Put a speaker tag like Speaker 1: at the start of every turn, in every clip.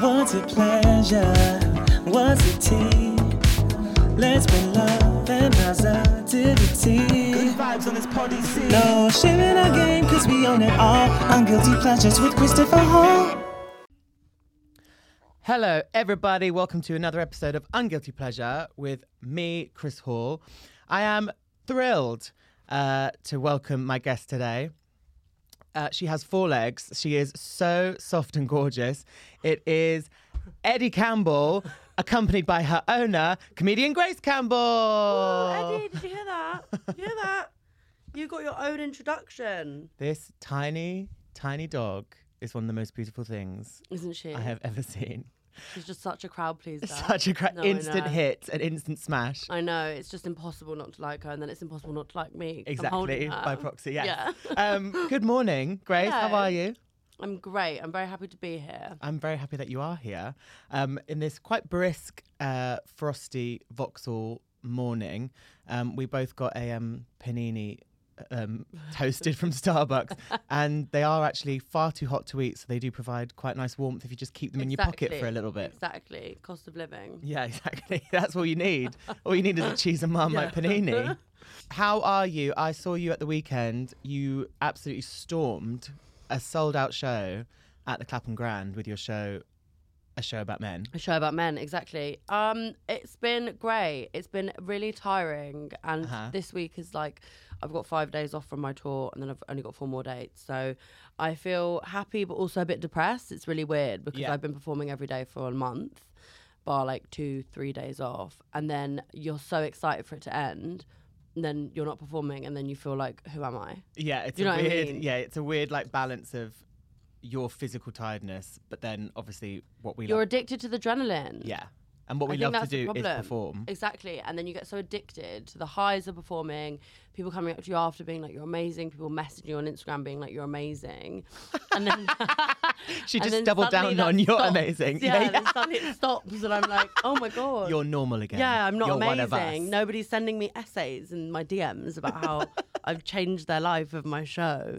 Speaker 1: Was it pleasure? Was it tea? Let's bring love and positivity. Good vibes on this party scene. No shame in our game, cause we own it all. On Guilty Pleasures with Christopher Hall.
Speaker 2: Hello, everybody. Welcome to another episode of Unguilty Pleasure with me, Chris Hall. I am thrilled uh, to welcome my guest today. Uh, she has four legs. She is so soft and gorgeous. It is Eddie Campbell, accompanied by her owner, comedian Grace Campbell.
Speaker 3: Oh, Eddie, did you hear that? Did you hear that? You got your own introduction,
Speaker 2: This tiny, tiny dog is one of the most beautiful things
Speaker 3: isn't she?
Speaker 2: I have ever seen.
Speaker 3: She's just such a crowd pleaser.
Speaker 2: Such a cra-
Speaker 3: No, I
Speaker 2: instant
Speaker 3: know.
Speaker 2: hit, an instant smash.
Speaker 3: I know. It's just impossible not to like her, and then it's impossible not to like me. 'cause I'm holding
Speaker 2: Exactly, by
Speaker 3: her.
Speaker 2: proxy, yes.
Speaker 3: Yeah.
Speaker 2: um, good morning, Grace. How
Speaker 3: Hello.
Speaker 2: are you?
Speaker 3: I'm great. I'm very happy to be here.
Speaker 2: I'm very happy that you are here um, in this quite brisk, uh, frosty Vauxhall morning. Um, we both got a um, panini um, toasted from Starbucks, and they are actually far too hot to eat, so they do provide quite nice warmth if you just keep them in your pocket for a
Speaker 3: Exactly,
Speaker 2: little bit.
Speaker 3: Exactly. Cost of living.
Speaker 2: Yeah, exactly. That's all you need. All you need is a cheese and marmite
Speaker 3: Yeah.
Speaker 2: panini. How are you? I saw you at the weekend. You absolutely stormed a sold out show at the Clapham Grand with your show, A Show About Men.
Speaker 3: A show about men, exactly. Um, it's been great. It's been really tiring, and
Speaker 2: Uh-huh.
Speaker 3: this week is like I've got five days off from my tour, and then I've only got four more dates. So I feel happy, but also a bit depressed. It's really weird because
Speaker 2: Yeah.
Speaker 3: I've been performing every day for a month, bar like two, three days off, and then you're so excited for it to end, and then you're not performing, and then you feel like, who am I?
Speaker 2: Yeah, it's
Speaker 3: You know
Speaker 2: a
Speaker 3: what I
Speaker 2: weird.
Speaker 3: mean?
Speaker 2: Yeah, it's a weird like balance of your physical tiredness, but then obviously what we
Speaker 3: You're
Speaker 2: love.
Speaker 3: addicted to the adrenaline.
Speaker 2: Yeah, and what we
Speaker 3: I think
Speaker 2: love to
Speaker 3: that's the
Speaker 2: do is
Speaker 3: problem.
Speaker 2: perform.
Speaker 3: Exactly. And then you get so addicted to the highs of performing, people coming up to you after being like, you're amazing, people messaging you on Instagram being like, you're amazing. And then
Speaker 2: She
Speaker 3: and
Speaker 2: just
Speaker 3: then
Speaker 2: doubled
Speaker 3: suddenly
Speaker 2: down on
Speaker 3: that
Speaker 2: you're
Speaker 3: stops.
Speaker 2: amazing.
Speaker 3: Yeah,
Speaker 2: Yeah,
Speaker 3: and then suddenly it stops. And I'm like, oh my God.
Speaker 2: You're normal again.
Speaker 3: yeah, I'm not
Speaker 2: You're One
Speaker 3: amazing.
Speaker 2: of us.
Speaker 3: Nobody's sending me essays in my DMs about how I've changed their life with my shows.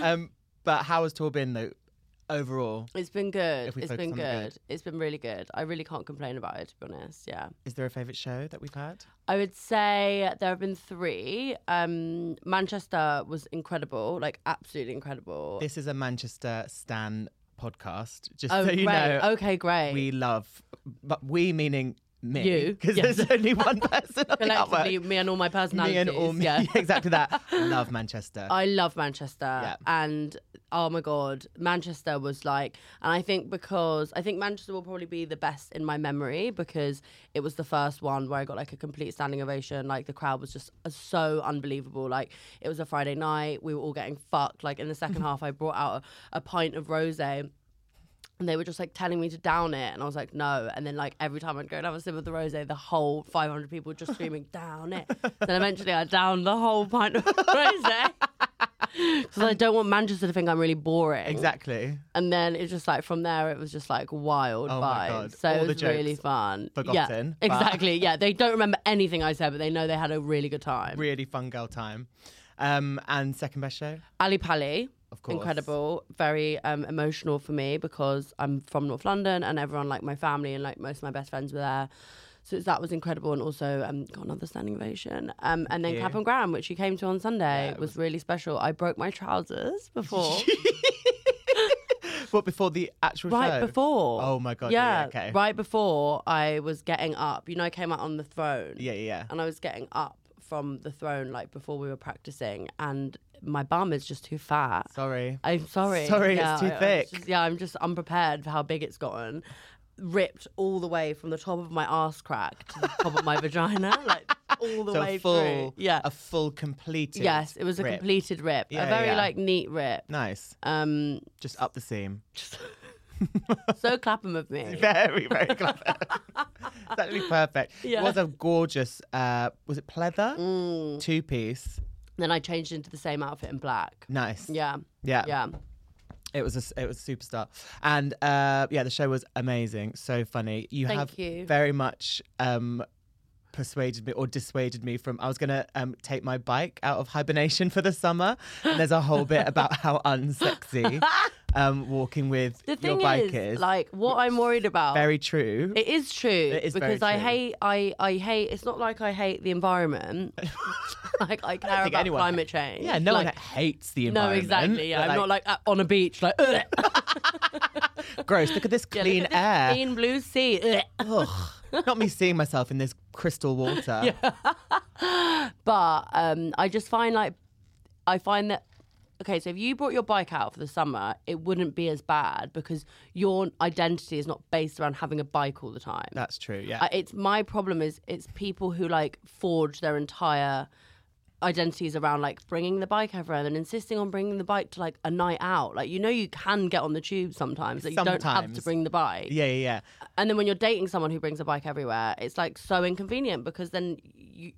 Speaker 2: um, but how has tour been though? Overall,
Speaker 3: It's been good.
Speaker 2: If we
Speaker 3: It's
Speaker 2: focus
Speaker 3: been
Speaker 2: on the good.
Speaker 3: good. It's been really good. I really can't complain about it, to be honest. Yeah.
Speaker 2: is there a favourite show that we've had?
Speaker 3: I would say there have been three. Um, Manchester was incredible, like absolutely incredible.
Speaker 2: This is a Manchester Stan podcast. Just
Speaker 3: oh,
Speaker 2: so
Speaker 3: great.
Speaker 2: you know,
Speaker 3: okay, great.
Speaker 2: we love, but we meaning me,
Speaker 3: You,
Speaker 2: because
Speaker 3: yes.
Speaker 2: there's only one person on the
Speaker 3: Collectively,
Speaker 2: network.
Speaker 3: me and all my personalities.
Speaker 2: Me and all me,
Speaker 3: Yeah.
Speaker 2: exactly that. Love Manchester.
Speaker 3: I love Manchester.
Speaker 2: Yeah.
Speaker 3: And oh my God, Manchester was like, and I think because I think Manchester will probably be the best in my memory because it was the first one where I got like a complete standing ovation. Like the crowd was just uh, so unbelievable. Like it was a Friday night, we were all getting fucked. Like in the second half, I brought out a, a pint of rose. And they were just like telling me to down it. And I was like, no. And then, like, every time I'd go and have a sip of the rose, the whole 500 people were just screaming, down it. then eventually I downed the whole pint of rose. Because I don't want Manchester to think I'm really boring.
Speaker 2: exactly.
Speaker 3: And then it's just like from there, it was just like wild
Speaker 2: Oh
Speaker 3: vibes.
Speaker 2: my God.
Speaker 3: So
Speaker 2: All
Speaker 3: it
Speaker 2: the
Speaker 3: was really
Speaker 2: jokes
Speaker 3: fun.
Speaker 2: forgotten,
Speaker 3: Yeah,
Speaker 2: but-
Speaker 3: exactly. Yeah, they don't remember anything I said, but they know they had a really good time.
Speaker 2: Really fun girl time. Um, and second best show?
Speaker 3: Ali Pali.
Speaker 2: Of course.
Speaker 3: Incredible, very um, emotional for me because I'm from North London and everyone, like my family and like most of my best friends, were there. So it's- that was incredible, and also um, got another standing ovation. Um, and then
Speaker 2: you.
Speaker 3: Clapham Graham, which you came to on Sunday, was, really special. I broke my trousers before,
Speaker 2: What before the actual show?
Speaker 3: right before.
Speaker 2: Oh my God, yeah, yeah, okay.
Speaker 3: right before I was getting up. You know, I came out on the throne.
Speaker 2: Yeah, yeah, yeah.
Speaker 3: and I was getting up from the throne like before we were practicing, and my bum is just too fat.
Speaker 2: Sorry.
Speaker 3: I'm sorry.
Speaker 2: Sorry, it's too
Speaker 3: I- I'm
Speaker 2: thick.
Speaker 3: just- yeah, I'm just unprepared for how big it's gotten. Ripped all the way from the top of my ass crack to the top of my vagina, like all the
Speaker 2: so
Speaker 3: way
Speaker 2: a full,
Speaker 3: through. Yeah.
Speaker 2: a full completed.
Speaker 3: yes, it was a
Speaker 2: rip.
Speaker 3: completed rip.
Speaker 2: Yeah,
Speaker 3: a very
Speaker 2: yeah.
Speaker 3: like neat rip.
Speaker 2: Nice.
Speaker 3: Um,
Speaker 2: Just up the seam.
Speaker 3: so clapping with me.
Speaker 2: Very, very clever. it's actually perfect. It
Speaker 3: Yeah.
Speaker 2: was a gorgeous, uh, was it pleather?
Speaker 3: Mm.
Speaker 2: Two piece.
Speaker 3: Then I changed into the same outfit in black.
Speaker 2: Nice.
Speaker 3: Yeah,
Speaker 2: Yeah.
Speaker 3: yeah.
Speaker 2: It was a, s- it was a superstar. And uh, yeah, the show was amazing. So funny. You
Speaker 3: Thank
Speaker 2: have
Speaker 3: you.
Speaker 2: very much um, persuaded me or dissuaded me from I was going to um, take my bike out of hibernation for the summer. And there's a whole bit about how unsexy um, walking with
Speaker 3: The
Speaker 2: your
Speaker 3: thing
Speaker 2: bike
Speaker 3: is, like, what I'm worried about.
Speaker 2: very true.
Speaker 3: it is true
Speaker 2: is very
Speaker 3: because I
Speaker 2: true.
Speaker 3: hate I, I hate it's not like I hate the environment like I care
Speaker 2: think
Speaker 3: about
Speaker 2: anyone-
Speaker 3: climate change
Speaker 2: yeah, no
Speaker 3: Like,
Speaker 2: one hates the
Speaker 3: no
Speaker 2: environment.
Speaker 3: exactly yeah
Speaker 2: but,
Speaker 3: I'm not like uh, on a beach like "Ugh."
Speaker 2: gross. Look at this
Speaker 3: Yeah, look
Speaker 2: clean
Speaker 3: at this
Speaker 2: air.
Speaker 3: clean blue sea Ugh.
Speaker 2: Ugh. not me seeing myself in this crystal water.
Speaker 3: but um, I just find like I find that okay. So if you brought your bike out for the summer, it wouldn't be as bad because your identity is not based around having a bike all the time.
Speaker 2: That's true. Yeah.
Speaker 3: I- it's my problem is it's people who like forge their entire identities around like bringing the bike everywhere and insisting on bringing the bike to like a night out like you know you can get on the tube sometimes that you don't have to
Speaker 2: Sometimes.
Speaker 3: bring the bike
Speaker 2: yeah, yeah, yeah.
Speaker 3: and then when you're dating someone who brings a bike everywhere, it's like so inconvenient because then you.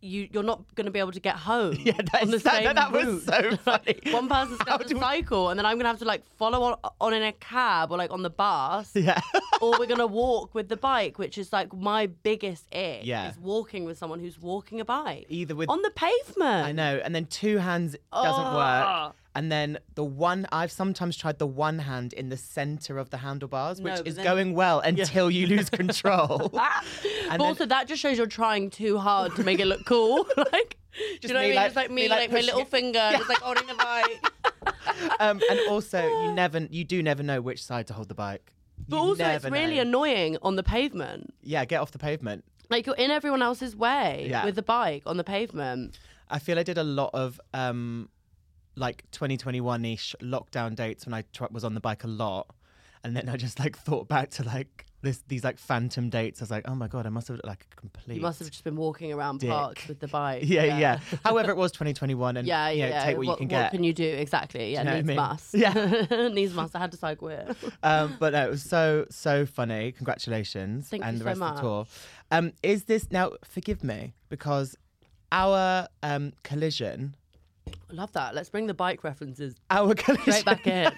Speaker 3: You, you're not going to be able to get home
Speaker 2: Yeah, that,
Speaker 3: on the
Speaker 2: is- that,
Speaker 3: same
Speaker 2: that, that
Speaker 3: route.
Speaker 2: was so funny.
Speaker 3: One person's
Speaker 2: How
Speaker 3: going
Speaker 2: do
Speaker 3: to
Speaker 2: we-
Speaker 3: cycle, and then I'm going to have to like follow on, on in a cab or like on the bus,
Speaker 2: Yeah.
Speaker 3: or we're going to walk with the bike, which is like my biggest ick.
Speaker 2: Yeah.
Speaker 3: is walking with someone who's walking a bike
Speaker 2: Either with
Speaker 3: on the pavement.
Speaker 2: I know. And then two hands doesn't
Speaker 3: Oh.
Speaker 2: work. And then the one I've sometimes tried the one hand in the center of the handlebars, which
Speaker 3: No, but
Speaker 2: is
Speaker 3: then-
Speaker 2: going well until you lose control.
Speaker 3: Ah. but
Speaker 2: then-
Speaker 3: also, that just shows you're trying too hard to make it look cool. like, do
Speaker 2: Just
Speaker 3: you know what I
Speaker 2: me,
Speaker 3: mean?
Speaker 2: like-
Speaker 3: just like me,
Speaker 2: me, like,
Speaker 3: like, my
Speaker 2: pushing
Speaker 3: little
Speaker 2: it.
Speaker 3: finger, just like holding the bike.
Speaker 2: um, and also, you never, you do never know which side to hold the bike.
Speaker 3: But
Speaker 2: You
Speaker 3: also, it's
Speaker 2: never
Speaker 3: really
Speaker 2: know.
Speaker 3: annoying on the pavement.
Speaker 2: yeah. Get off the pavement.
Speaker 3: Like you're in everyone else's way
Speaker 2: Yeah.
Speaker 3: with the bike on the pavement.
Speaker 2: I feel I did a lot of um, like 2021 ish lockdown dates when I tr- was on the bike a lot, and then I just like thought back to like this these like phantom dates. I was like, oh my god, I must have looked like a complete.
Speaker 3: You must have just been walking around
Speaker 2: Dick.
Speaker 3: parks with the bike.
Speaker 2: Yeah, yeah. However, it was 2021, and
Speaker 3: Yeah,
Speaker 2: you know,
Speaker 3: yeah.
Speaker 2: take what, you can get.
Speaker 3: What can you do exactly? Yeah,
Speaker 2: know what I
Speaker 3: needs
Speaker 2: mean?
Speaker 3: must.
Speaker 2: Yeah.
Speaker 3: needs must. I had to cycle it.
Speaker 2: um, but no, it was so so funny. Congratulations,
Speaker 3: Thank
Speaker 2: and
Speaker 3: you
Speaker 2: the
Speaker 3: so
Speaker 2: rest of the tour. Um, is this now? Forgive me because our um, collision,
Speaker 3: Love that. Let's bring the bike references
Speaker 2: our collision,
Speaker 3: straight back in.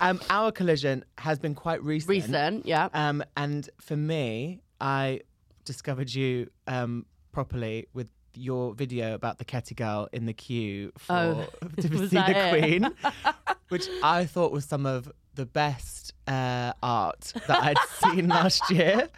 Speaker 2: um, our collision has been quite recent.
Speaker 3: Recent, yeah.
Speaker 2: Um, and for me, I discovered you um, properly with your video about the Ketty girl in the queue for
Speaker 3: Oh,
Speaker 2: to
Speaker 3: was
Speaker 2: see
Speaker 3: that
Speaker 2: the
Speaker 3: it?
Speaker 2: Queen, which I thought was some of the best uh, art that I'd seen last year.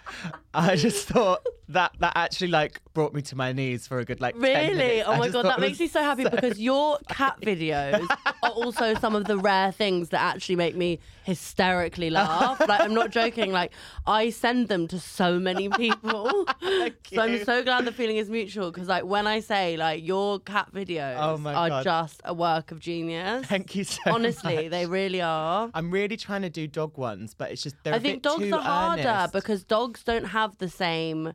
Speaker 2: I just thought that that actually like brought me to my knees for a good like 10
Speaker 3: Really?
Speaker 2: minutes.
Speaker 3: Oh
Speaker 2: I
Speaker 3: my
Speaker 2: just
Speaker 3: god,
Speaker 2: thought
Speaker 3: that
Speaker 2: it
Speaker 3: makes
Speaker 2: was
Speaker 3: me so happy because your cat videos are also some of the rare things that actually make me hysterically laugh. like I'm not joking. Like I send them to so many people, so I'm
Speaker 2: you.
Speaker 3: so glad the feeling is mutual. Because like when I say like your cat videos
Speaker 2: Oh my
Speaker 3: are
Speaker 2: God.
Speaker 3: just a work of genius.
Speaker 2: Thank you so
Speaker 3: Honestly,
Speaker 2: much.
Speaker 3: they really are.
Speaker 2: I'm really trying to do dog ones, but it's just they're
Speaker 3: I
Speaker 2: a
Speaker 3: think
Speaker 2: bit
Speaker 3: dogs
Speaker 2: too
Speaker 3: are harder
Speaker 2: earnest.
Speaker 3: because dogs don't have the same.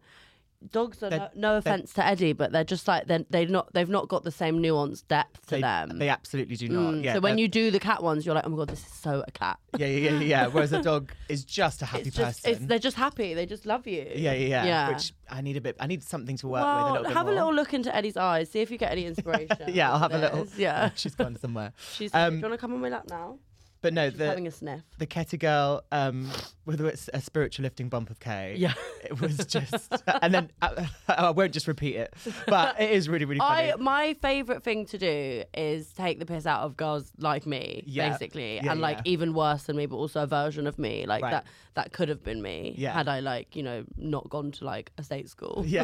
Speaker 3: Dogs are no,
Speaker 2: They're-
Speaker 3: no offense to Eddie, but they're just like they're, they're not. They've not got the same nuanced depth to
Speaker 2: they,
Speaker 3: them.
Speaker 2: they absolutely do not.
Speaker 3: Mm,
Speaker 2: yeah,
Speaker 3: so when
Speaker 2: they're-
Speaker 3: you do the cat ones, you're like, oh my god, this is so a cat.
Speaker 2: Yeah, yeah, yeah, yeah. Whereas a dog is just a happy
Speaker 3: It's just,
Speaker 2: person.
Speaker 3: it's, they're just happy. They just love you.
Speaker 2: yeah, yeah, yeah,
Speaker 3: Yeah.
Speaker 2: Which I need a bit. I need something to work with a
Speaker 3: well,
Speaker 2: little bit
Speaker 3: have
Speaker 2: more.
Speaker 3: a little look into Eddie's eyes. See if you get any inspiration.
Speaker 2: yeah, I'll have
Speaker 3: from
Speaker 2: a little.
Speaker 3: this. Yeah.
Speaker 2: she's gone somewhere.
Speaker 3: She's. do
Speaker 2: Um,
Speaker 3: you want to come on my lap now?
Speaker 2: but no,
Speaker 3: She's having
Speaker 2: the
Speaker 3: a sniff.
Speaker 2: the Ketty girl, um, whether it's a spiritual lifting bump of K,
Speaker 3: Yeah.
Speaker 2: it was just. and then I, I won't just repeat it, but it is really, really funny.
Speaker 3: I my favorite thing to do is take the piss out of girls like me,
Speaker 2: Yeah.
Speaker 3: basically,
Speaker 2: Yeah,
Speaker 3: and like
Speaker 2: yeah.
Speaker 3: even worse than me, but also a version of me, like
Speaker 2: Right.
Speaker 3: that that could have been me
Speaker 2: Yeah.
Speaker 3: had I like you know not gone to like a state school.
Speaker 2: Yeah.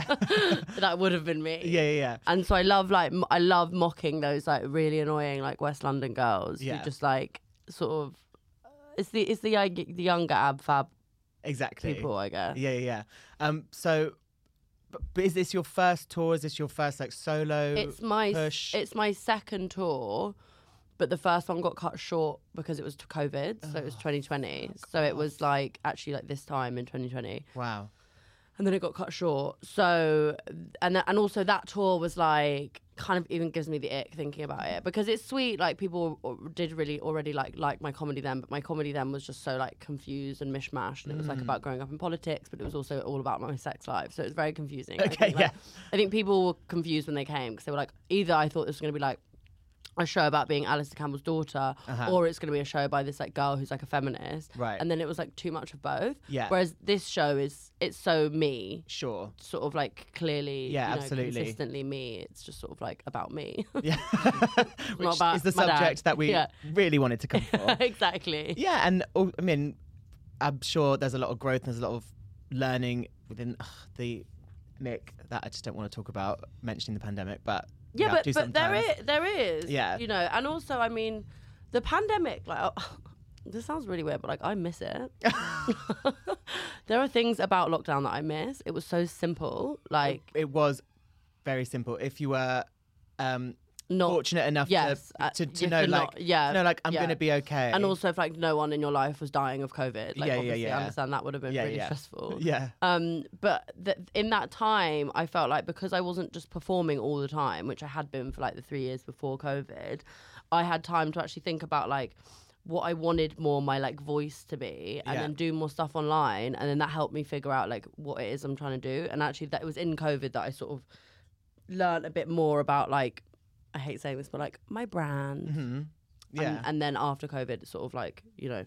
Speaker 3: that would have been me.
Speaker 2: yeah, yeah, yeah.
Speaker 3: And so I love like m- I love mocking those like really annoying like West London girls
Speaker 2: Yeah.
Speaker 3: who just like sort of it's the it's the young- the younger ab fab
Speaker 2: Exactly.
Speaker 3: people I guess.
Speaker 2: Yeah, yeah, yeah. Um, so, but, but is this your first tour? Is this your first like solo?
Speaker 3: It's my
Speaker 2: push.
Speaker 3: it's my second tour, but the first one got cut short because it was t- COVID, so it was 2020. so it was like actually like this time in 2020.
Speaker 2: wow.
Speaker 3: and then it got cut short. So and th- and also that tour was like kind of even gives me the ick thinking about it because it's sweet like people al- did really already like like my comedy then, but my comedy then was just so like confused and mishmash, and it was
Speaker 2: Mm.
Speaker 3: like about growing up in politics, but it was also all about my sex life, so it was very confusing. I
Speaker 2: Okay,
Speaker 3: think, like,
Speaker 2: yeah.
Speaker 3: I think people were confused when they came because they were like either I thought this was gonna be like a show about being Alistair Campbell's daughter, or it's going to be a show by this like girl who's like a feminist,
Speaker 2: Uh-huh. Right.
Speaker 3: And then it was like too much of both.
Speaker 2: Yeah.
Speaker 3: Whereas this show is it's so me,
Speaker 2: Sure.
Speaker 3: sort of like clearly,
Speaker 2: Yeah,
Speaker 3: you know,
Speaker 2: absolutely.
Speaker 3: consistently me. It's just sort of like about me.
Speaker 2: Yeah. Which
Speaker 3: about
Speaker 2: is the
Speaker 3: my dad.
Speaker 2: subject that we
Speaker 3: Yeah.
Speaker 2: really wanted to come for.
Speaker 3: exactly.
Speaker 2: Yeah, and oh, I mean, I'm sure there's a lot of growth. There's a lot of learning within ugh, the Nick that I just don't want to talk about mentioning the pandemic, but we
Speaker 3: Yeah,
Speaker 2: have
Speaker 3: but
Speaker 2: to
Speaker 3: but there
Speaker 2: sometimes.
Speaker 3: is there is.
Speaker 2: Yeah.
Speaker 3: You know, and also I mean, the pandemic. Like, this sounds really weird, but like I miss it. there are things about lockdown that I miss. It was so simple. Like
Speaker 2: It was very simple. If you were um,
Speaker 3: not.
Speaker 2: fortunate enough
Speaker 3: Oh, yes,
Speaker 2: to,
Speaker 3: uh,
Speaker 2: to, to
Speaker 3: if
Speaker 2: know,
Speaker 3: you're
Speaker 2: like,
Speaker 3: not- yeah,
Speaker 2: to know, like, I'm
Speaker 3: yeah.
Speaker 2: going to be okay.
Speaker 3: And also, if like no one in your life was dying of COVID, like
Speaker 2: Yeah, yeah,
Speaker 3: obviously
Speaker 2: yeah.
Speaker 3: I understand that would have been
Speaker 2: Yeah,
Speaker 3: really
Speaker 2: yeah.
Speaker 3: stressful.
Speaker 2: yeah,
Speaker 3: Um, but th- in that time, I felt like because I wasn't just performing all the time, which I had been for like the three years before COVID, I had time to actually think about like what I wanted more my like voice to be, and
Speaker 2: Yeah.
Speaker 3: then do more stuff online, and then that helped me figure out like what it is I'm trying to do. And actually, that it was in COVID that I sort of learned a bit more about like I hate saying this, but like my brand.
Speaker 2: Mhm.
Speaker 3: um, And-
Speaker 2: yeah,
Speaker 3: And, then after COVID, sort of like you know,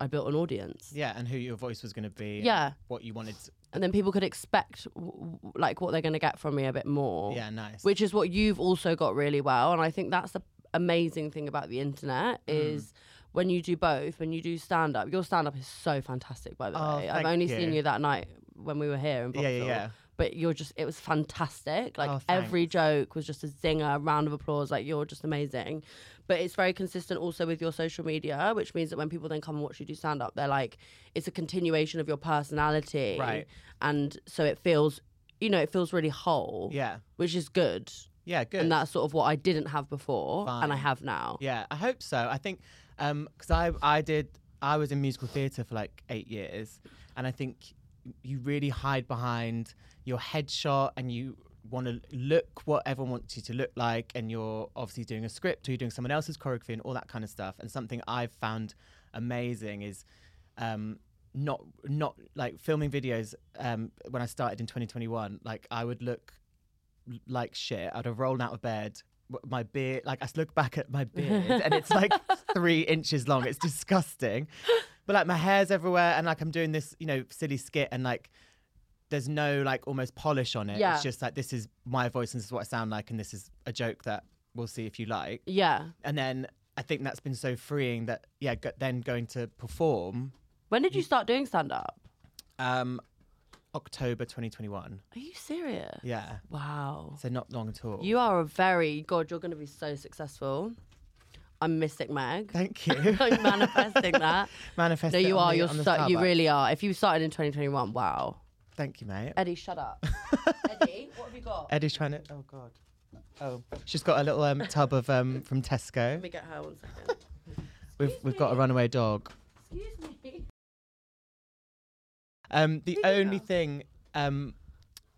Speaker 3: I built an audience.
Speaker 2: yeah, and who your voice was going to be, and
Speaker 3: Yeah.
Speaker 2: what you wanted. To,
Speaker 3: and then people could expect w- w- like what they're going to get from me a bit more
Speaker 2: yeah, nice.
Speaker 3: which is what you've also got really well and i think that's the amazing thing about the internet
Speaker 2: Mm.
Speaker 3: is when you do both when you do stand up your stand up is so fantastic by the
Speaker 2: Oh,
Speaker 3: way i've
Speaker 2: thank
Speaker 3: only seen
Speaker 2: you.
Speaker 3: you that night when we were here in
Speaker 2: Yeah, yeah,
Speaker 3: Vauxhall.
Speaker 2: yeah.
Speaker 3: but you're just it was fantastic like
Speaker 2: Oh,
Speaker 3: every joke was just a zinger round of applause like you're just amazing but it's very consistent also with your social media which means that when people then come and watch you do stand up they're like it's a continuation of your personality
Speaker 2: Right.
Speaker 3: and so it feels you know it feels really whole
Speaker 2: yeah,
Speaker 3: which is good
Speaker 2: yeah, good.
Speaker 3: and that's sort of what I didn't have before, and I
Speaker 2: Fine.
Speaker 3: have now.
Speaker 2: Yeah, I hope so. I think because I I did I was in musical theatre for like eight years, and I think you really hide behind your headshot and you want to look what everyone wants you to look like, and you're obviously doing a script or you're doing someone else's choreography and all that kind of stuff. And something I've found amazing is. Um, not not like filming videos um when i started in 2021 like i would look like shit. I'd have rolled out of bed. w- My beard, like I s- look back at my beard, and it's like three inches long. It's disgusting. But like my hair's everywhere, and like I'm doing this, you know, silly skit, and like there's no like almost polish on it.
Speaker 3: Yeah.
Speaker 2: It's just like this is my voice, and this is what I sound like, and this is a joke that we'll see if you like.
Speaker 3: Yeah.
Speaker 2: And then I think that's been so freeing that yeah, go, then going to perform
Speaker 3: When did you start doing stand up?
Speaker 2: um October 2021.
Speaker 3: Are you serious?
Speaker 2: Yeah,
Speaker 3: Wow.
Speaker 2: so not long at all.
Speaker 3: You are a very God. You're going to be so successful. I'm Mystic Meg.
Speaker 2: Thank you.
Speaker 3: I'm manifesting that.
Speaker 2: Manifest.
Speaker 3: No,
Speaker 2: it
Speaker 3: you
Speaker 2: on
Speaker 3: are.
Speaker 2: the-
Speaker 3: You're
Speaker 2: on the
Speaker 3: so. You
Speaker 2: Starbucks.
Speaker 3: really are. If you started in 2021, wow.
Speaker 2: Thank you, mate.
Speaker 3: Eddie, shut up. Eddie, what have you got?
Speaker 2: Eddie's trying to. Oh God. Oh, she's got a little um, tub of um, from
Speaker 3: Let
Speaker 2: Tesco.
Speaker 3: me get her one second.
Speaker 2: We've we've got a runaway dog.
Speaker 3: Excuse me.
Speaker 2: Um, the
Speaker 3: Here you
Speaker 2: only
Speaker 3: go.
Speaker 2: thing um,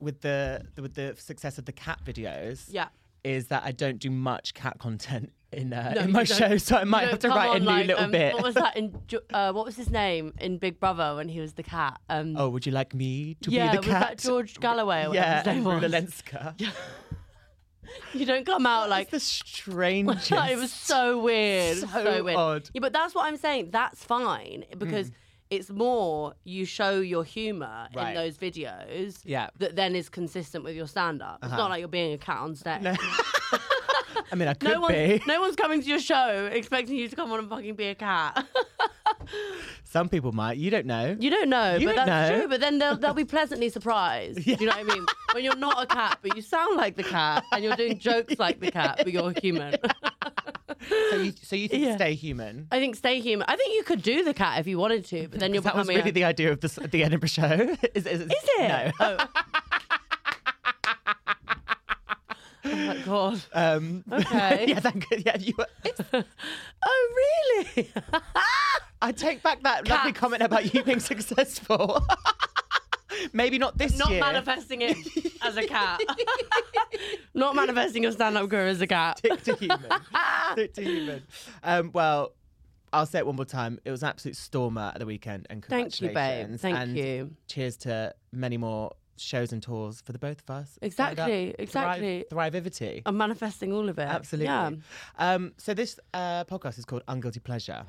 Speaker 2: with the with the success of the cat videos
Speaker 3: Yeah.
Speaker 2: is that I don't do much cat content in uh,
Speaker 3: No,
Speaker 2: in my
Speaker 3: you don't.
Speaker 2: show, so I might
Speaker 3: No,
Speaker 2: have to
Speaker 3: come
Speaker 2: write
Speaker 3: on,
Speaker 2: a new
Speaker 3: like,
Speaker 2: little
Speaker 3: um,
Speaker 2: bit.
Speaker 3: What was that in? Ju- Uh, what was his name in Big Brother when he was the cat? Um,
Speaker 2: oh, would you like me to
Speaker 3: yeah,
Speaker 2: be the
Speaker 3: was
Speaker 2: cat?
Speaker 3: that George Galloway? Or
Speaker 2: yeah,
Speaker 3: whatever his name was?
Speaker 2: Lenska.
Speaker 3: You don't come out like
Speaker 2: the strangest.
Speaker 3: it was so weird.
Speaker 2: So
Speaker 3: weird.
Speaker 2: odd. Mm.
Speaker 3: Yeah, but that's what I'm saying. That's fine because it's more you show your humor
Speaker 2: Right.
Speaker 3: in those videos.
Speaker 2: Yeah.
Speaker 3: That then is consistent with your stand up. It's
Speaker 2: Uh-huh.
Speaker 3: not like you're being a cat on stage.
Speaker 2: No. I mean, I could
Speaker 3: No one's,
Speaker 2: be.
Speaker 3: no one's coming to your show expecting you to come on and fucking be a cat.
Speaker 2: Some people might. You don't know.
Speaker 3: You don't know,
Speaker 2: You
Speaker 3: but
Speaker 2: don't
Speaker 3: that's
Speaker 2: know.
Speaker 3: true. But then they'll, they'll be pleasantly surprised. Do you know what I mean? When you're not a cat, but you sound like the cat, and you're doing jokes like the cat, but you're human.
Speaker 2: So you, so you think
Speaker 3: Yeah.
Speaker 2: stay human?
Speaker 3: I think stay human. I think you could do the cat if you wanted to, but then you're
Speaker 2: that was
Speaker 3: becoming.
Speaker 2: really
Speaker 3: a-
Speaker 2: the idea of this, the Edinburgh show. is, is,
Speaker 3: Is it?
Speaker 2: No.
Speaker 3: Oh. oh my god.
Speaker 2: Um,
Speaker 3: Okay.
Speaker 2: yeah, thank good. Yeah, you. Were,
Speaker 3: Oh really?
Speaker 2: I take back that lovely
Speaker 3: Cats.
Speaker 2: comment about you being successful. Maybe not this
Speaker 3: Not
Speaker 2: year.
Speaker 3: manifesting it as a cat. Not manifesting your stand-up career as a cat.
Speaker 2: Stick to human. Stick to human. Um, well, I'll say it one more time. It was an absolute stormer at the weekend, and
Speaker 3: Thank you,
Speaker 2: congratulations.
Speaker 3: babe. Thank
Speaker 2: and
Speaker 3: you.
Speaker 2: Cheers to many more shows and tours for the both of us.
Speaker 3: Exactly, exactly.
Speaker 2: Thrive, thrivivity.
Speaker 3: I'm manifesting all of it.
Speaker 2: Absolutely.
Speaker 3: Yeah.
Speaker 2: Um, so this uh, podcast is called Unguilty Pleasure.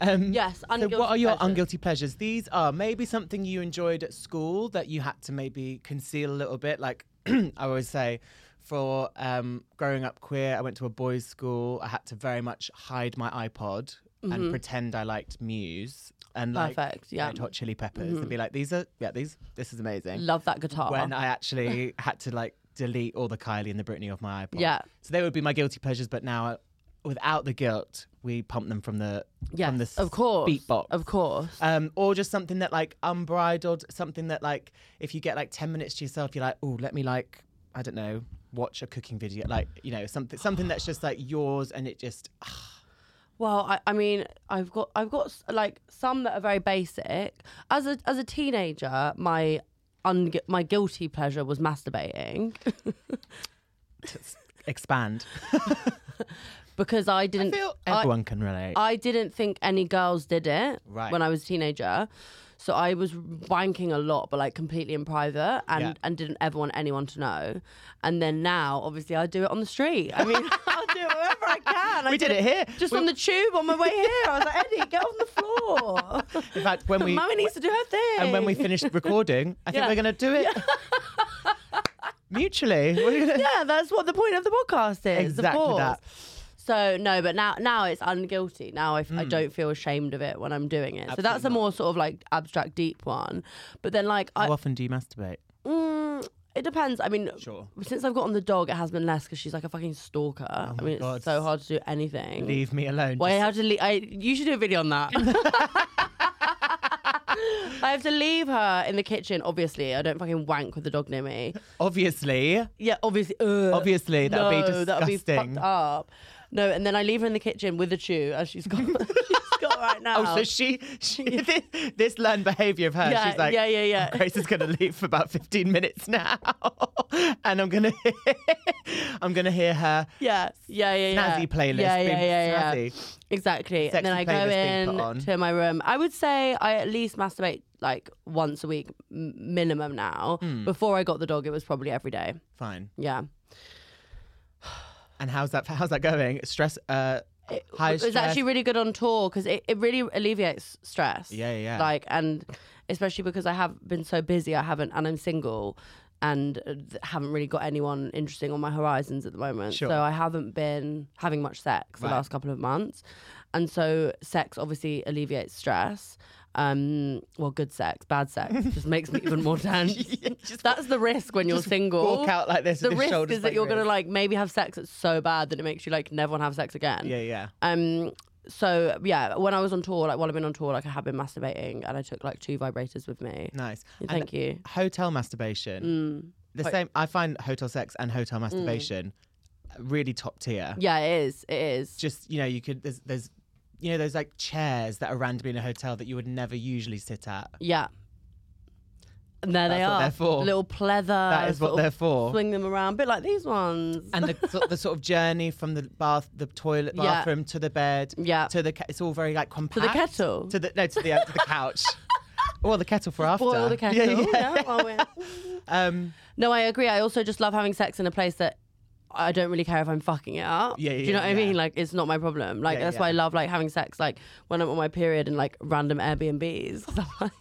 Speaker 2: Um,
Speaker 3: Yes,
Speaker 2: So
Speaker 3: unguilty
Speaker 2: what are your
Speaker 3: pleasures.
Speaker 2: unguilty pleasures? These are maybe something you enjoyed at school that you had to maybe conceal a little bit. Like I always say, for um, growing up queer, I went to a boys' school. I had to very much hide my iPod and pretend I liked Muse and like
Speaker 3: Mm-hmm. Perfect, yeah. Mm-hmm.
Speaker 2: Red Hot Chili Peppers and be like, these are yeah, these this is amazing.
Speaker 3: Love that guitar.
Speaker 2: when I actually had to like delete all the Kylie and the Britney off my iPod.
Speaker 3: Yeah.
Speaker 2: So they would be my guilty pleasures, but now uh, without the guilt, we pump them from the
Speaker 3: yes,
Speaker 2: from the
Speaker 3: of course.
Speaker 2: beatbox.
Speaker 3: Of course.
Speaker 2: Um, or just something that like unbridled, something that like if you get like ten minutes to yourself, you're like, oh, let me like I don't know, watch a cooking video, like you know something something that's just like yours and it just
Speaker 3: Well, I, I mean, I've got I've got s- like some that are very basic. As a as a teenager, my un, my guilty pleasure was masturbating
Speaker 2: expand.
Speaker 3: because I didn't
Speaker 2: Feel
Speaker 3: I-
Speaker 2: everyone can relate.
Speaker 3: I didn't think any girls did it
Speaker 2: Right.
Speaker 3: when I was a teenager. So I was wanking a lot, but like completely in private and,
Speaker 2: Yeah.
Speaker 3: and didn't ever want anyone to know. And then now, obviously, I do it on the street. I mean, I'll do it wherever I can. I
Speaker 2: we did it here.
Speaker 3: Just on the tube on my way here. I was like, Eddie, get on the floor.
Speaker 2: In fact, when we
Speaker 3: Mummy needs to do her thing.
Speaker 2: and when we finished recording, I think
Speaker 3: Yeah.
Speaker 2: we're gonna do it mutually. We're gonna-
Speaker 3: yeah, that's what the point of the podcast is.
Speaker 2: Exactly
Speaker 3: of course.
Speaker 2: that.
Speaker 3: So no, but now now it's unguilty. Now I, f-
Speaker 2: Hmm.
Speaker 3: I don't feel ashamed of it when I'm doing it. so that's a more sort of like abstract, deep one. But then like I,
Speaker 2: How often do you masturbate?
Speaker 3: mm, it depends. I mean,
Speaker 2: Sure.
Speaker 3: since I've gotten the dog, it has been less because she's like a fucking stalker. I mean,
Speaker 2: Oh God.
Speaker 3: it's so hard to do anything.
Speaker 2: Leave me alone.
Speaker 3: Why I
Speaker 2: Just-
Speaker 3: have to leave? I you should do a video on that. I have to leave her in the kitchen. Obviously, I don't fucking wank with the dog near me.
Speaker 2: obviously,
Speaker 3: Yeah, obviously. Ugh.
Speaker 2: obviously that would
Speaker 3: No,
Speaker 2: be
Speaker 3: that would be
Speaker 2: disgusting.
Speaker 3: fucked up. No, and then I leave her in the kitchen with a chew as she's got she's got right now.
Speaker 2: Oh, so she, she this, this learned behavior of her,
Speaker 3: Yeah,
Speaker 2: she's like,
Speaker 3: yeah, yeah, yeah.
Speaker 2: Grace is gonna leave for about fifteen minutes now, and I'm gonna, I'm gonna hear her
Speaker 3: yeah, yeah, yeah, yeah.
Speaker 2: snazzy playlist.
Speaker 3: Yeah,
Speaker 2: being
Speaker 3: yeah, yeah, yeah.
Speaker 2: snazzy.
Speaker 3: Exactly. and then I
Speaker 2: Sexy playlist being put
Speaker 3: go
Speaker 2: on.
Speaker 3: in to my room. I would say I at least masturbate like once a week m- minimum now.
Speaker 2: Hmm.
Speaker 3: Before I got the dog, it was probably every day.
Speaker 2: Fine.
Speaker 3: Yeah.
Speaker 2: And how's that? How's that going? Stress. Uh, high
Speaker 3: it was
Speaker 2: stress.
Speaker 3: actually really good on tour because it, it really alleviates stress.
Speaker 2: Yeah, yeah, yeah.
Speaker 3: Like, and especially because I have been so busy, I haven't, and I'm single and uh, th- haven't really got anyone interesting on my horizons at the moment.
Speaker 2: Sure.
Speaker 3: So I haven't been having much sex the
Speaker 2: Right.
Speaker 3: last couple of months. And so sex obviously alleviates stress. Um, well, good sex, bad sex just makes me even more tense. That's the risk when you're single.
Speaker 2: walk out like this
Speaker 3: The
Speaker 2: with your
Speaker 3: risk
Speaker 2: shoulders
Speaker 3: is that
Speaker 2: like
Speaker 3: you're going to
Speaker 2: this.
Speaker 3: like maybe have sex that's so bad that it makes you like never want to have sex again.
Speaker 2: yeah, yeah.
Speaker 3: Um. So yeah, when I was on tour, like while I've been on tour, like I have been masturbating, and I took like two vibrators with me.
Speaker 2: Nice. And
Speaker 3: Thank you.
Speaker 2: Hotel
Speaker 3: Mm.
Speaker 2: masturbation. The same. I find hotel sex and hotel masturbation really top tier.
Speaker 3: Yeah, it is. It is.
Speaker 2: just you know you could there's there's you know those like chairs that are randomly in a hotel that you would never usually sit at.
Speaker 3: yeah. And there they
Speaker 2: That's what
Speaker 3: are.
Speaker 2: they're for.
Speaker 3: Little pleather.
Speaker 2: That is
Speaker 3: Uh, sort
Speaker 2: what
Speaker 3: of
Speaker 2: they're for.
Speaker 3: Swing them around, bit like these ones.
Speaker 2: And the sort, the sort of journey from the bath, the toilet,
Speaker 3: Yeah.
Speaker 2: bathroom to the bed,
Speaker 3: Yeah.
Speaker 2: to the ca- it's all very like compact.
Speaker 3: to the kettle.
Speaker 2: to the no, to the, to the couch. Well, the kettle for after.
Speaker 3: Boil the kettle.
Speaker 2: Yeah, yeah.
Speaker 3: yeah, while we're-
Speaker 2: Um,
Speaker 3: no, I agree. I also just love having sex in a place that I don't really care if I'm fucking it up.
Speaker 2: Yeah, yeah,
Speaker 3: Do you know what I
Speaker 2: yeah.
Speaker 3: mean? Like it's not my problem. Like
Speaker 2: Yeah,
Speaker 3: that's
Speaker 2: yeah.
Speaker 3: why I love like having sex like when I'm on my period in like random Airbnbs. 'Cause I'm like,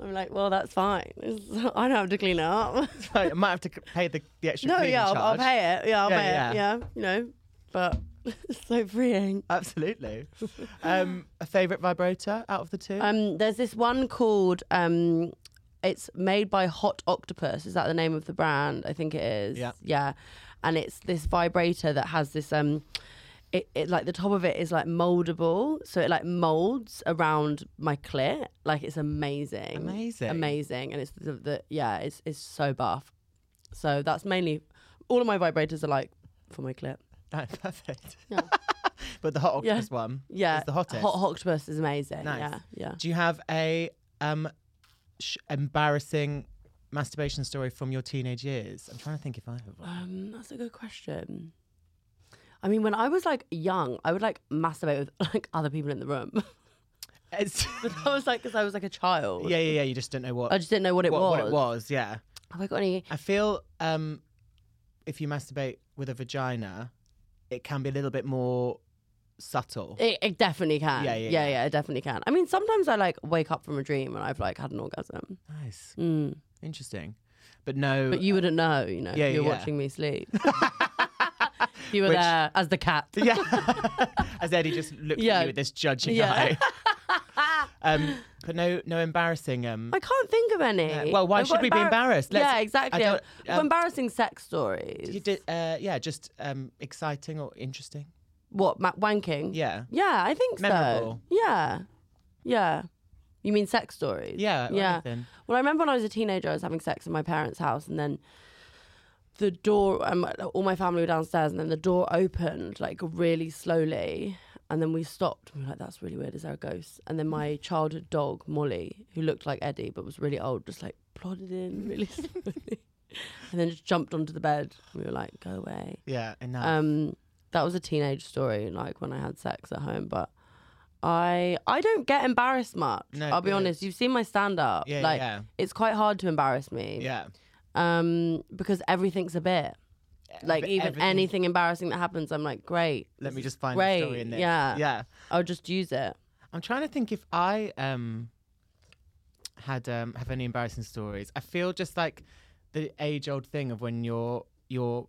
Speaker 3: I'm like, well, that's fine. It's- I don't have to clean it up.
Speaker 2: so I might have to c- pay the, the extra.
Speaker 3: no,
Speaker 2: cleaning
Speaker 3: yeah, I'll, I'll
Speaker 2: charge.
Speaker 3: pay it. Yeah, I'll
Speaker 2: Yeah,
Speaker 3: pay it.
Speaker 2: yeah.
Speaker 3: Yeah, you know, but it's so freeing.
Speaker 2: Absolutely. Um, a favorite vibrator out of the two?
Speaker 3: Um, there's this one called. Um, it's made by Hot Octopus. Is that the name of the brand? I think it is.
Speaker 2: Yeah.
Speaker 3: Yeah. And it's this vibrator that has this. Um, it, it like the top of it is like moldable, so it like molds around my clit. Like it's amazing.
Speaker 2: Amazing.
Speaker 3: Amazing. And it's the, the yeah. It's it's so buff. So that's mainly all of my vibrators are like for my clit.
Speaker 2: No, perfect.
Speaker 3: Yeah.
Speaker 2: but the hot
Speaker 3: Yeah.
Speaker 2: octopus one.
Speaker 3: Yeah.
Speaker 2: Is the hottest.
Speaker 3: Hot Octopus is amazing.
Speaker 2: Nice.
Speaker 3: Yeah. Yeah.
Speaker 2: Do you have a um, sh- embarrassing masturbation story from your teenage years? I'm trying to think if I have one.
Speaker 3: Um, that's a good question. I mean, when I was like young, I would like masturbate with like other people in the room.
Speaker 2: It's,
Speaker 3: I was like, because I was like a child.
Speaker 2: yeah, yeah, yeah. You just don't know what
Speaker 3: I just didn't know what it
Speaker 2: what,
Speaker 3: was.
Speaker 2: what it was. Yeah.
Speaker 3: Have I got any?
Speaker 2: I feel um, if you masturbate with a vagina, it can be a little bit more subtle.
Speaker 3: It, it definitely can.
Speaker 2: Yeah, yeah,
Speaker 3: yeah,
Speaker 2: yeah.
Speaker 3: It definitely can. I mean, sometimes I like wake up from a dream and I've like had an orgasm.
Speaker 2: nice,
Speaker 3: Mm.
Speaker 2: interesting, but no.
Speaker 3: But you wouldn't know, you know.
Speaker 2: Yeah,
Speaker 3: You're
Speaker 2: yeah.
Speaker 3: watching me sleep. you were
Speaker 2: Which-
Speaker 3: there as the cat.
Speaker 2: yeah, as Eddie just looked at
Speaker 3: Yeah.
Speaker 2: you with this judging
Speaker 3: Yeah.
Speaker 2: eye. um, but no, no embarrassing. Um,
Speaker 3: I can't think of any.
Speaker 2: Uh, well, why
Speaker 3: I've got
Speaker 2: should we be embarrassed? Let's-
Speaker 3: yeah,
Speaker 2: I
Speaker 3: exactly.
Speaker 2: don't-
Speaker 3: Well,
Speaker 2: um,
Speaker 3: embarrassing sex stories.
Speaker 2: you did, uh, yeah, just um, exciting or interesting.
Speaker 3: What, ma- wanking?
Speaker 2: Yeah,
Speaker 3: Yeah, I think
Speaker 2: Memorable.
Speaker 3: so. Yeah. Yeah. You mean sex stories?
Speaker 2: yeah, or
Speaker 3: Yeah.
Speaker 2: anything.
Speaker 3: Well, I remember when I was a teenager, I was having sex in my parents' house, and then the door, um, all my family were downstairs, and then the door opened like really slowly. And then we stopped. We were like, that's really weird. Is there a ghost? And then my childhood dog, Molly, who looked like Eddie but was really old, just like plodded in really slowly and then just jumped onto the bed. We were like, go away.
Speaker 2: Yeah, enough.
Speaker 3: Um, that was a teenage story, like when I had sex at home. But I I don't get embarrassed much.
Speaker 2: No,
Speaker 3: I'll be
Speaker 2: good.
Speaker 3: honest. You've seen my stand up.
Speaker 2: Yeah,
Speaker 3: like
Speaker 2: yeah.
Speaker 3: it's quite hard to embarrass me.
Speaker 2: yeah,
Speaker 3: Um, because everything's a bit. Like
Speaker 2: but
Speaker 3: even
Speaker 2: everything-
Speaker 3: anything embarrassing that happens, I'm like, great.
Speaker 2: Let
Speaker 3: this
Speaker 2: me
Speaker 3: is
Speaker 2: just find the story
Speaker 3: great,
Speaker 2: in this.
Speaker 3: Yeah.
Speaker 2: yeah.
Speaker 3: I'll just use it.
Speaker 2: I'm trying to think if I um had um have any embarrassing stories. I feel just like the age old thing of when you're you're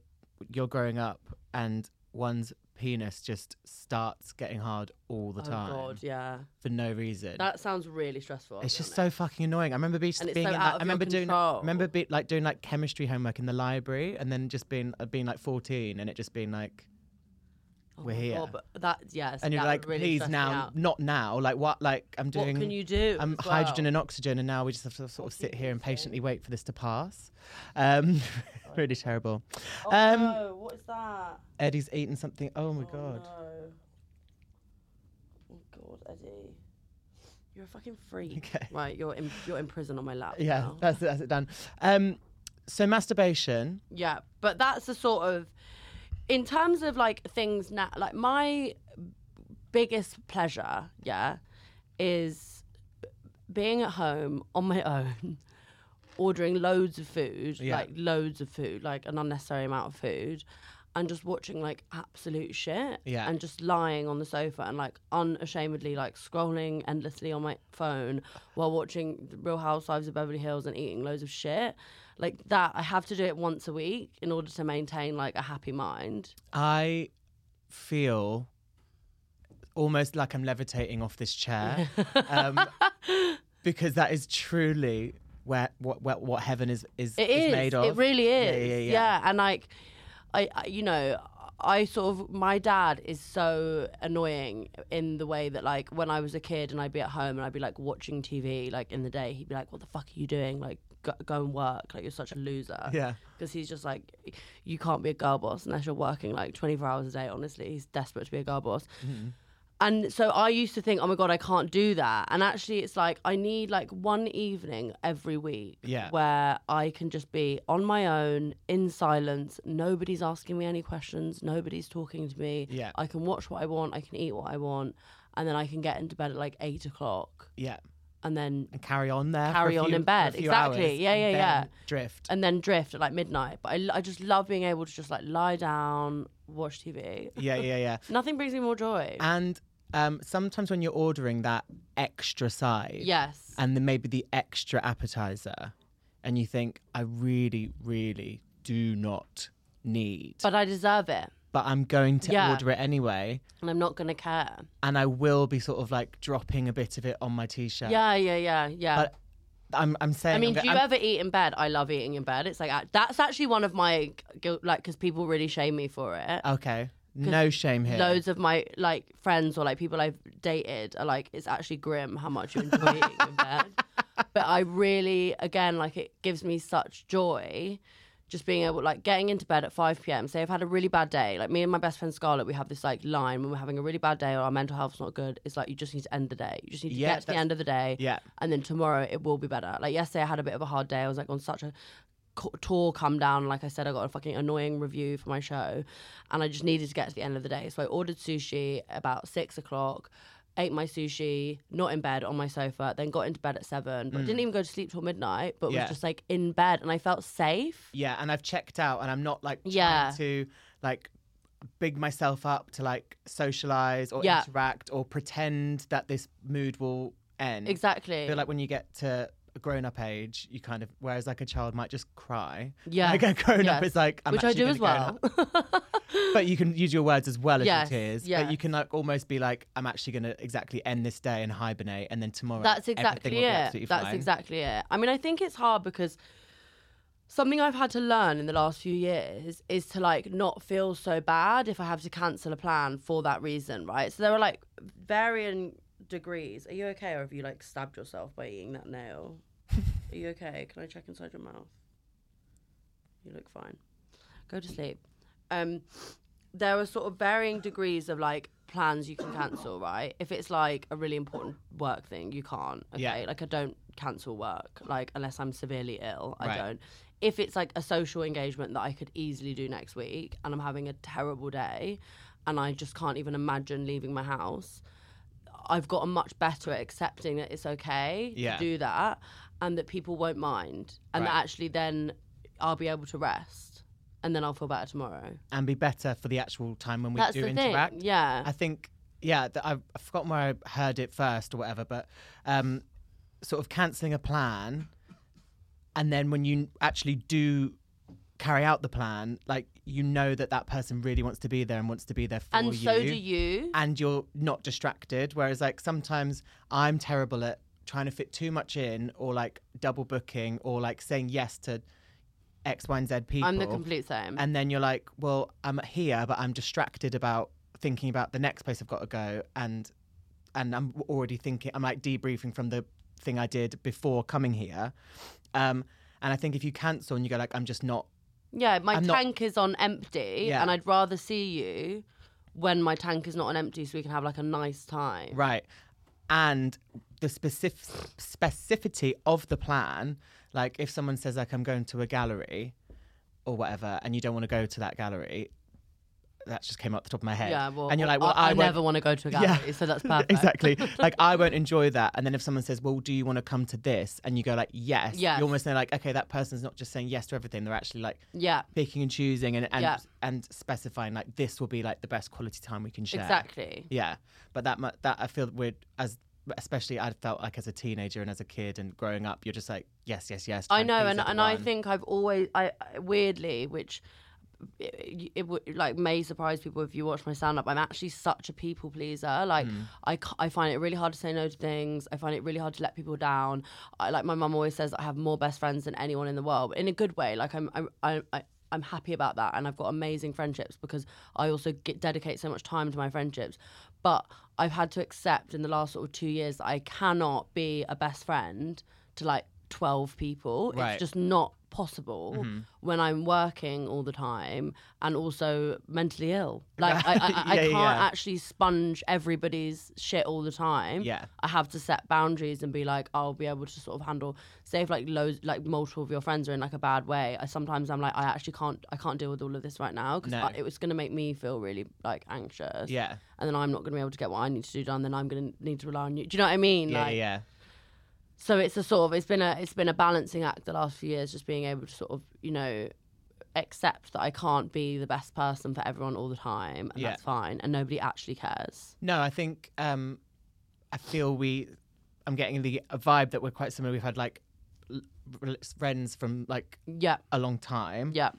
Speaker 2: you're growing up and one's penis just starts getting hard all the
Speaker 3: oh
Speaker 2: time
Speaker 3: God, yeah.
Speaker 2: for no reason.
Speaker 3: That sounds really stressful. I'll
Speaker 2: it's
Speaker 3: be
Speaker 2: just
Speaker 3: honest.
Speaker 2: so fucking annoying. I remember be,
Speaker 3: And it's
Speaker 2: being
Speaker 3: so out
Speaker 2: in like, I
Speaker 3: of your
Speaker 2: remember doing
Speaker 3: control.
Speaker 2: remember be, like doing like chemistry homework in the library and then just being uh, being like 14 and it just being like
Speaker 3: Oh
Speaker 2: we're
Speaker 3: my
Speaker 2: here.
Speaker 3: God, but that yes.
Speaker 2: and you're
Speaker 3: that
Speaker 2: like
Speaker 3: would really
Speaker 2: please
Speaker 3: stress me
Speaker 2: now
Speaker 3: out.
Speaker 2: not now like what like I'm
Speaker 3: What
Speaker 2: doing
Speaker 3: can you do?
Speaker 2: um,
Speaker 3: as
Speaker 2: hydrogen
Speaker 3: well?
Speaker 2: and oxygen, and now we just have to sort of sit here and patiently wait for this to pass. Um, really terrible.
Speaker 3: Oh,
Speaker 2: Um,
Speaker 3: no, what is that?
Speaker 2: Eddie's eaten something. Oh my god.
Speaker 3: Oh god, Eddie. You're a fucking freak.
Speaker 2: Okay.
Speaker 3: Right, you're in you're in prison on my lap.
Speaker 2: Yeah,
Speaker 3: now.
Speaker 2: that's it, that's it done. Um, so masturbation.
Speaker 3: Yeah. But that's the sort of in terms of like things now like my biggest pleasure, yeah, is being at home on my own, ordering loads of food,
Speaker 2: Yeah.
Speaker 3: like loads of food, like an unnecessary amount of food, and just watching like absolute shit.
Speaker 2: Yeah.
Speaker 3: And just lying on the sofa and like unashamedly like scrolling endlessly on my phone while watching The Real Housewives of Beverly Hills and eating loads of shit. Like that, I have to do it once a week in order to maintain like a happy mind.
Speaker 2: I feel almost like I'm levitating off this chair um, because that is truly where what what, what heaven is is,
Speaker 3: It
Speaker 2: is
Speaker 3: is.
Speaker 2: made of.
Speaker 3: It really
Speaker 2: Yeah,
Speaker 3: is.
Speaker 2: yeah,
Speaker 3: Yeah,
Speaker 2: yeah.
Speaker 3: and like, I, I, you know, I sort of my dad is so annoying in the way that like when I was a kid and I'd be at home and I'd be like watching TV like in the day, he'd be like, "What the fuck are you doing? Like, go, go and work. Like, you're such a loser."
Speaker 2: Yeah.
Speaker 3: Because he's just like, you can't be a girl boss unless you're working like 24 hours a day. Honestly, he's desperate to be a girl boss.
Speaker 2: Mm-hmm.
Speaker 3: And so I used to think, oh my God, I can't do that. And actually, it's like I need like one evening every week
Speaker 2: Yeah.
Speaker 3: where I can just be on my own in silence. Nobody's asking me any questions. Nobody's talking to me.
Speaker 2: Yeah.
Speaker 3: I can watch what I want. I can eat what I want. And then I can get into bed at like eight o'clock
Speaker 2: Yeah,
Speaker 3: and then
Speaker 2: and carry on there. for a
Speaker 3: Carry on
Speaker 2: few-
Speaker 3: in bed.
Speaker 2: for a few
Speaker 3: Exactly.
Speaker 2: hours
Speaker 3: Yeah,
Speaker 2: and
Speaker 3: yeah,
Speaker 2: then Drift.
Speaker 3: and then drift at like midnight. But I, I just love being able to just like lie down, watch TV.
Speaker 2: Yeah, yeah, yeah.
Speaker 3: Nothing brings me more joy.
Speaker 2: And um, sometimes when you're ordering that extra side,
Speaker 3: yes.
Speaker 2: and then maybe the extra appetizer, and you think, I really, really do not need, but,
Speaker 3: But I deserve it.
Speaker 2: I'm going to
Speaker 3: Yeah.
Speaker 2: order it anyway,
Speaker 3: And I'm not going to care.
Speaker 2: and I will be sort of like dropping a bit of it on my t-shirt.
Speaker 3: Yeah, yeah, yeah, yeah.
Speaker 2: But um, I'm, I'm saying,
Speaker 3: I mean,
Speaker 2: I'm,
Speaker 3: do you
Speaker 2: I'm-
Speaker 3: ever eat in bed? I love eating in bed. It's like uh, that's actually one of my guilt, like because people really shame me for it.
Speaker 2: okay, no shame here.
Speaker 3: Loads of my like friends or like people I've dated are like, it's actually grim how much you enjoy eating in bed. But I really, again, like it gives me such joy. Just being able, like, getting into bed at 5 p.m. Say, I've had a really bad day. Like, me and my best friend Scarlett, we have this, like, line when we're having a really bad day or our mental health's not good. It's like, you just need to end the day. You just need to
Speaker 2: Yeah,
Speaker 3: get to the
Speaker 2: that's-
Speaker 3: end of the day
Speaker 2: yeah,
Speaker 3: and then tomorrow it will be better. Like yesterday, I had a bit of a hard day. I was like on such a co- tour come down. Like I said, I got a fucking annoying review for my show, and I just needed to get to the end of the day. So I ordered sushi about six o'clock. ate my sushi, not in bed, on my sofa, then got into bed at seven, but didn't even go to sleep till midnight, but
Speaker 2: Mm. Yeah.
Speaker 3: was just like in bed and I felt safe.
Speaker 2: Yeah, and I've checked out, and I'm not like trying
Speaker 3: Yeah.
Speaker 2: to like big myself up to like socialize or
Speaker 3: Yeah.
Speaker 2: interact or pretend that this mood will end. I
Speaker 3: Exactly.
Speaker 2: feel like when you get to a grown up age, you kind of whereas like a child might just cry.
Speaker 3: Yeah.
Speaker 2: like a grown up
Speaker 3: Yes.
Speaker 2: is like I'm
Speaker 3: Which I
Speaker 2: actually
Speaker 3: do as
Speaker 2: gonna go
Speaker 3: well.
Speaker 2: and- but you can use your words as well as
Speaker 3: Yes,
Speaker 2: your tears.
Speaker 3: yeah.
Speaker 2: But you can like almost be like I'm actually going to exactly end this day and hibernate, and then tomorrow
Speaker 3: That's
Speaker 2: everything
Speaker 3: exactly
Speaker 2: will be
Speaker 3: it.
Speaker 2: absolutely
Speaker 3: That's
Speaker 2: fine.
Speaker 3: exactly it. I mean, I think it's hard because something I've had to learn in the last few years is to like not feel so bad if I have to cancel a plan for that reason, right? So there are like varying degrees. Are you okay, or have you like stabbed yourself by eating that nail? are you okay? Can I check inside your mouth? You look fine. Go to sleep. Um, there are sort of varying degrees of like plans you can cancel, right? If it's like a really important work thing, you can't. Okay.
Speaker 2: Yeah.
Speaker 3: Like I don't cancel work, like unless I'm severely ill. I
Speaker 2: Right.
Speaker 3: don't. If it's like a social engagement that I could easily do next week and I'm having a terrible day and I just can't even imagine leaving my house, I've gotten much better at accepting that it's okay
Speaker 2: Yeah.
Speaker 3: to do that and that people won't mind. And that
Speaker 2: Right.
Speaker 3: actually then I'll be able to rest and then I'll feel better tomorrow.
Speaker 2: and be better for the actual time when we
Speaker 3: That's
Speaker 2: do
Speaker 3: the
Speaker 2: interact.
Speaker 3: thing. Yeah.
Speaker 2: I think, yeah, th- I've, I've forgotten where I heard it first or whatever, but um, sort of cancelling a plan, and then when you actually do carry out the plan, like you know that that person really wants to be there and wants to be there for
Speaker 3: and
Speaker 2: you,
Speaker 3: so do you.
Speaker 2: and you're not distracted. Whereas, like sometimes I'm terrible at trying to fit too much in, or like double booking, or like saying yes to X, Y, and Z people
Speaker 3: I'm the complete same.
Speaker 2: and then you're like, well, I'm here, but I'm distracted about thinking about the next place I've got to go, and and I'm already thinking, I'm like debriefing from the thing I did before coming here, um, and I think if you cancel and you go like, I'm just not,
Speaker 3: yeah, my
Speaker 2: I'm not-
Speaker 3: tank is on empty,
Speaker 2: Yeah.
Speaker 3: and I'd rather see you when my tank is not on empty, so we can have like a nice time.
Speaker 2: Right. And the specific specificity of the plan, like if someone says like I'm going to a gallery or whatever and you don't want to go to that gallery, that just came up the top of my head.
Speaker 3: Yeah, well,
Speaker 2: and you're like,
Speaker 3: I-
Speaker 2: well,
Speaker 3: I,
Speaker 2: I, won't-
Speaker 3: never want to go to a gallery, so that's perfect.
Speaker 2: exactly. Like I won't enjoy that. And then if someone says, "Well, do you want to come to this?" and you go like, "Yes,"
Speaker 3: Yes.
Speaker 2: you almost know like, okay, that person's not just saying yes to everything. They're actually like
Speaker 3: Yeah,
Speaker 2: picking and choosing and and,
Speaker 3: Yeah.
Speaker 2: and specifying like this will be like the best quality time we can share.
Speaker 3: exactly.
Speaker 2: Yeah, but that mu- that I feel we're as especially I felt like as a teenager and as a kid and growing up, you're just like yes, yes, yes.
Speaker 3: I
Speaker 2: trying to
Speaker 3: know,
Speaker 2: please
Speaker 3: and and I
Speaker 2: everyone.
Speaker 3: think I've always, I I- weirdly, which it, it would like may surprise people if you watch my stand up. I'm actually such a people pleaser. Like I, ca- I find it really hard to say no to things. I find it really hard to let people down. I like my mum always says I have more best friends than anyone in the world in a good way. Like I'm I'm I, I, I'm happy about that, and I've got amazing friendships because I also get, dedicate so much time to my friendships. But I've had to accept in the last sort of two years that I cannot be a best friend to like twelve people.
Speaker 2: Right.
Speaker 3: It's just not possible
Speaker 2: Mm-hmm.
Speaker 3: when I'm working all the time and also mentally ill. Like I, I, I, I
Speaker 2: Yeah, yeah,
Speaker 3: can't
Speaker 2: yeah.
Speaker 3: actually sponge everybody's shit all the time.
Speaker 2: Yeah.
Speaker 3: I have to set boundaries and be like, I'll be able to sort of handle. Say if like loads, like multiple of your friends are in like a bad way. I sometimes I'm like, I actually can't, I can't deal with all of this right now because
Speaker 2: No.
Speaker 3: it was gonna make me feel really like anxious.
Speaker 2: yeah,
Speaker 3: And then I'm not gonna be able to get what I need to do done. Then I'm gonna need to rely on you. Do you know what I mean?
Speaker 2: yeah,
Speaker 3: like,
Speaker 2: yeah,
Speaker 3: so it's a sort of it's been a it's been a balancing act the last few years just being able to sort of you know accept that i can't be the best person for everyone all the time and
Speaker 2: Yeah.
Speaker 3: that's fine and nobody actually cares
Speaker 2: No, I think um, I feel we. I'm getting the a vibe that we're quite similar. We've had like l- rel- friends from like
Speaker 3: yeah
Speaker 2: a long time,
Speaker 3: yeah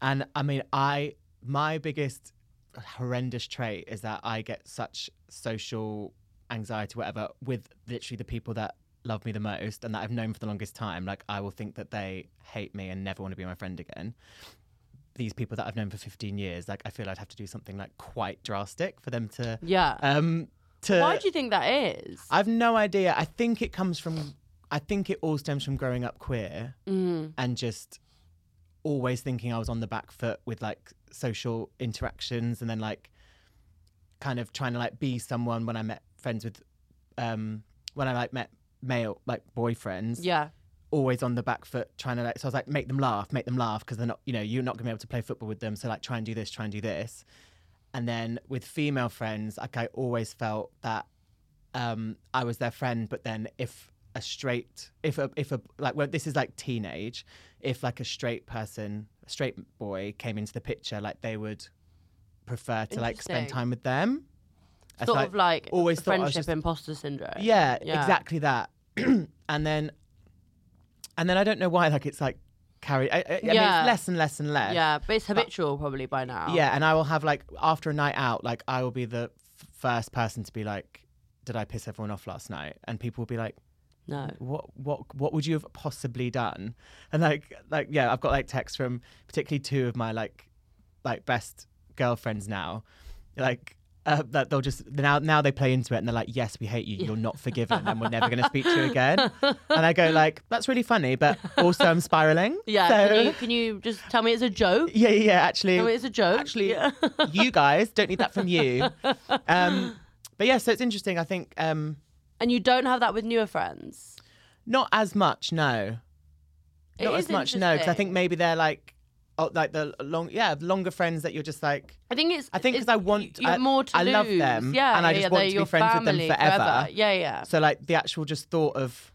Speaker 2: and I mean, I my biggest horrendous trait is that I get such social anxiety, whatever, with literally the people that love me the most and that I've known for the longest time. Like I will think that they hate me and never want to be my friend again. These people that I've known for 15 years, like I feel I'd have to do something like quite drastic for them to
Speaker 3: yeah
Speaker 2: um to
Speaker 3: why do you think that is
Speaker 2: I've no idea. I think it comes from. I think it all stems from growing up queer
Speaker 3: Mm,
Speaker 2: and just always thinking I was on the back foot with like social interactions and then like kind of trying to like be someone when I met friends with um when I like met male like boyfriends
Speaker 3: yeah
Speaker 2: always on the back foot trying to like so I was like make them laugh make them laugh because they're not you know you're not gonna be able to play football with them so like try and do this try and do this and then with female friends like I always felt that um, I was their friend, but then if a straight, if a, if a like, well, this is like teenage, if like a straight person, a straight boy came into the picture, like they would prefer to like spend
Speaker 3: Interesting.
Speaker 2: time with them. As,
Speaker 3: Sort of like
Speaker 2: always thought I was
Speaker 3: friendship
Speaker 2: just-
Speaker 3: imposter syndrome.
Speaker 2: yeah,
Speaker 3: Yeah.
Speaker 2: exactly that. and then, and then I don't know why, like it's like carried. I, I, I mean,
Speaker 3: Yeah.
Speaker 2: it's less and less and less.
Speaker 3: Yeah, but it's habitual probably by now.
Speaker 2: Yeah, and I will have like after a night out, like I will be the f- first person to be like, "Did I piss everyone off last night?" And people will be like,
Speaker 3: No.
Speaker 2: "What? What? What would you have possibly done?" And like, like yeah, I've got like texts from particularly two of my like, like best girlfriends now, like. Uh, that they'll just now now they play into it and they're like, "Yes, we hate you. You're not forgiven, and we're never going to speak to you again." And I go like, "That's really funny, but also I'm spiraling."
Speaker 3: Yeah.
Speaker 2: So-
Speaker 3: Can, you, can you just tell me it's a joke?
Speaker 2: yeah, yeah, yeah, Actually,
Speaker 3: Tell me it's a joke.
Speaker 2: actually
Speaker 3: Yeah.
Speaker 2: you guys don't need that from you um but yeah so it's interesting i think um
Speaker 3: and you don't have that with newer friends.
Speaker 2: not as much no
Speaker 3: It
Speaker 2: not
Speaker 3: is
Speaker 2: as much no because i think
Speaker 3: interesting.
Speaker 2: maybe they're like oh like the long yeah longer friends that you're just like
Speaker 3: I think it's.
Speaker 2: I think 'cause
Speaker 3: it's-
Speaker 2: I want-
Speaker 3: you have
Speaker 2: I-
Speaker 3: more to
Speaker 2: I love
Speaker 3: lose.
Speaker 2: them,
Speaker 3: Yeah,
Speaker 2: and I
Speaker 3: yeah,
Speaker 2: just
Speaker 3: yeah,
Speaker 2: want
Speaker 3: they're
Speaker 2: to be
Speaker 3: your
Speaker 2: friends with them
Speaker 3: family
Speaker 2: forever.
Speaker 3: Yeah, yeah.
Speaker 2: so like the actual just thought of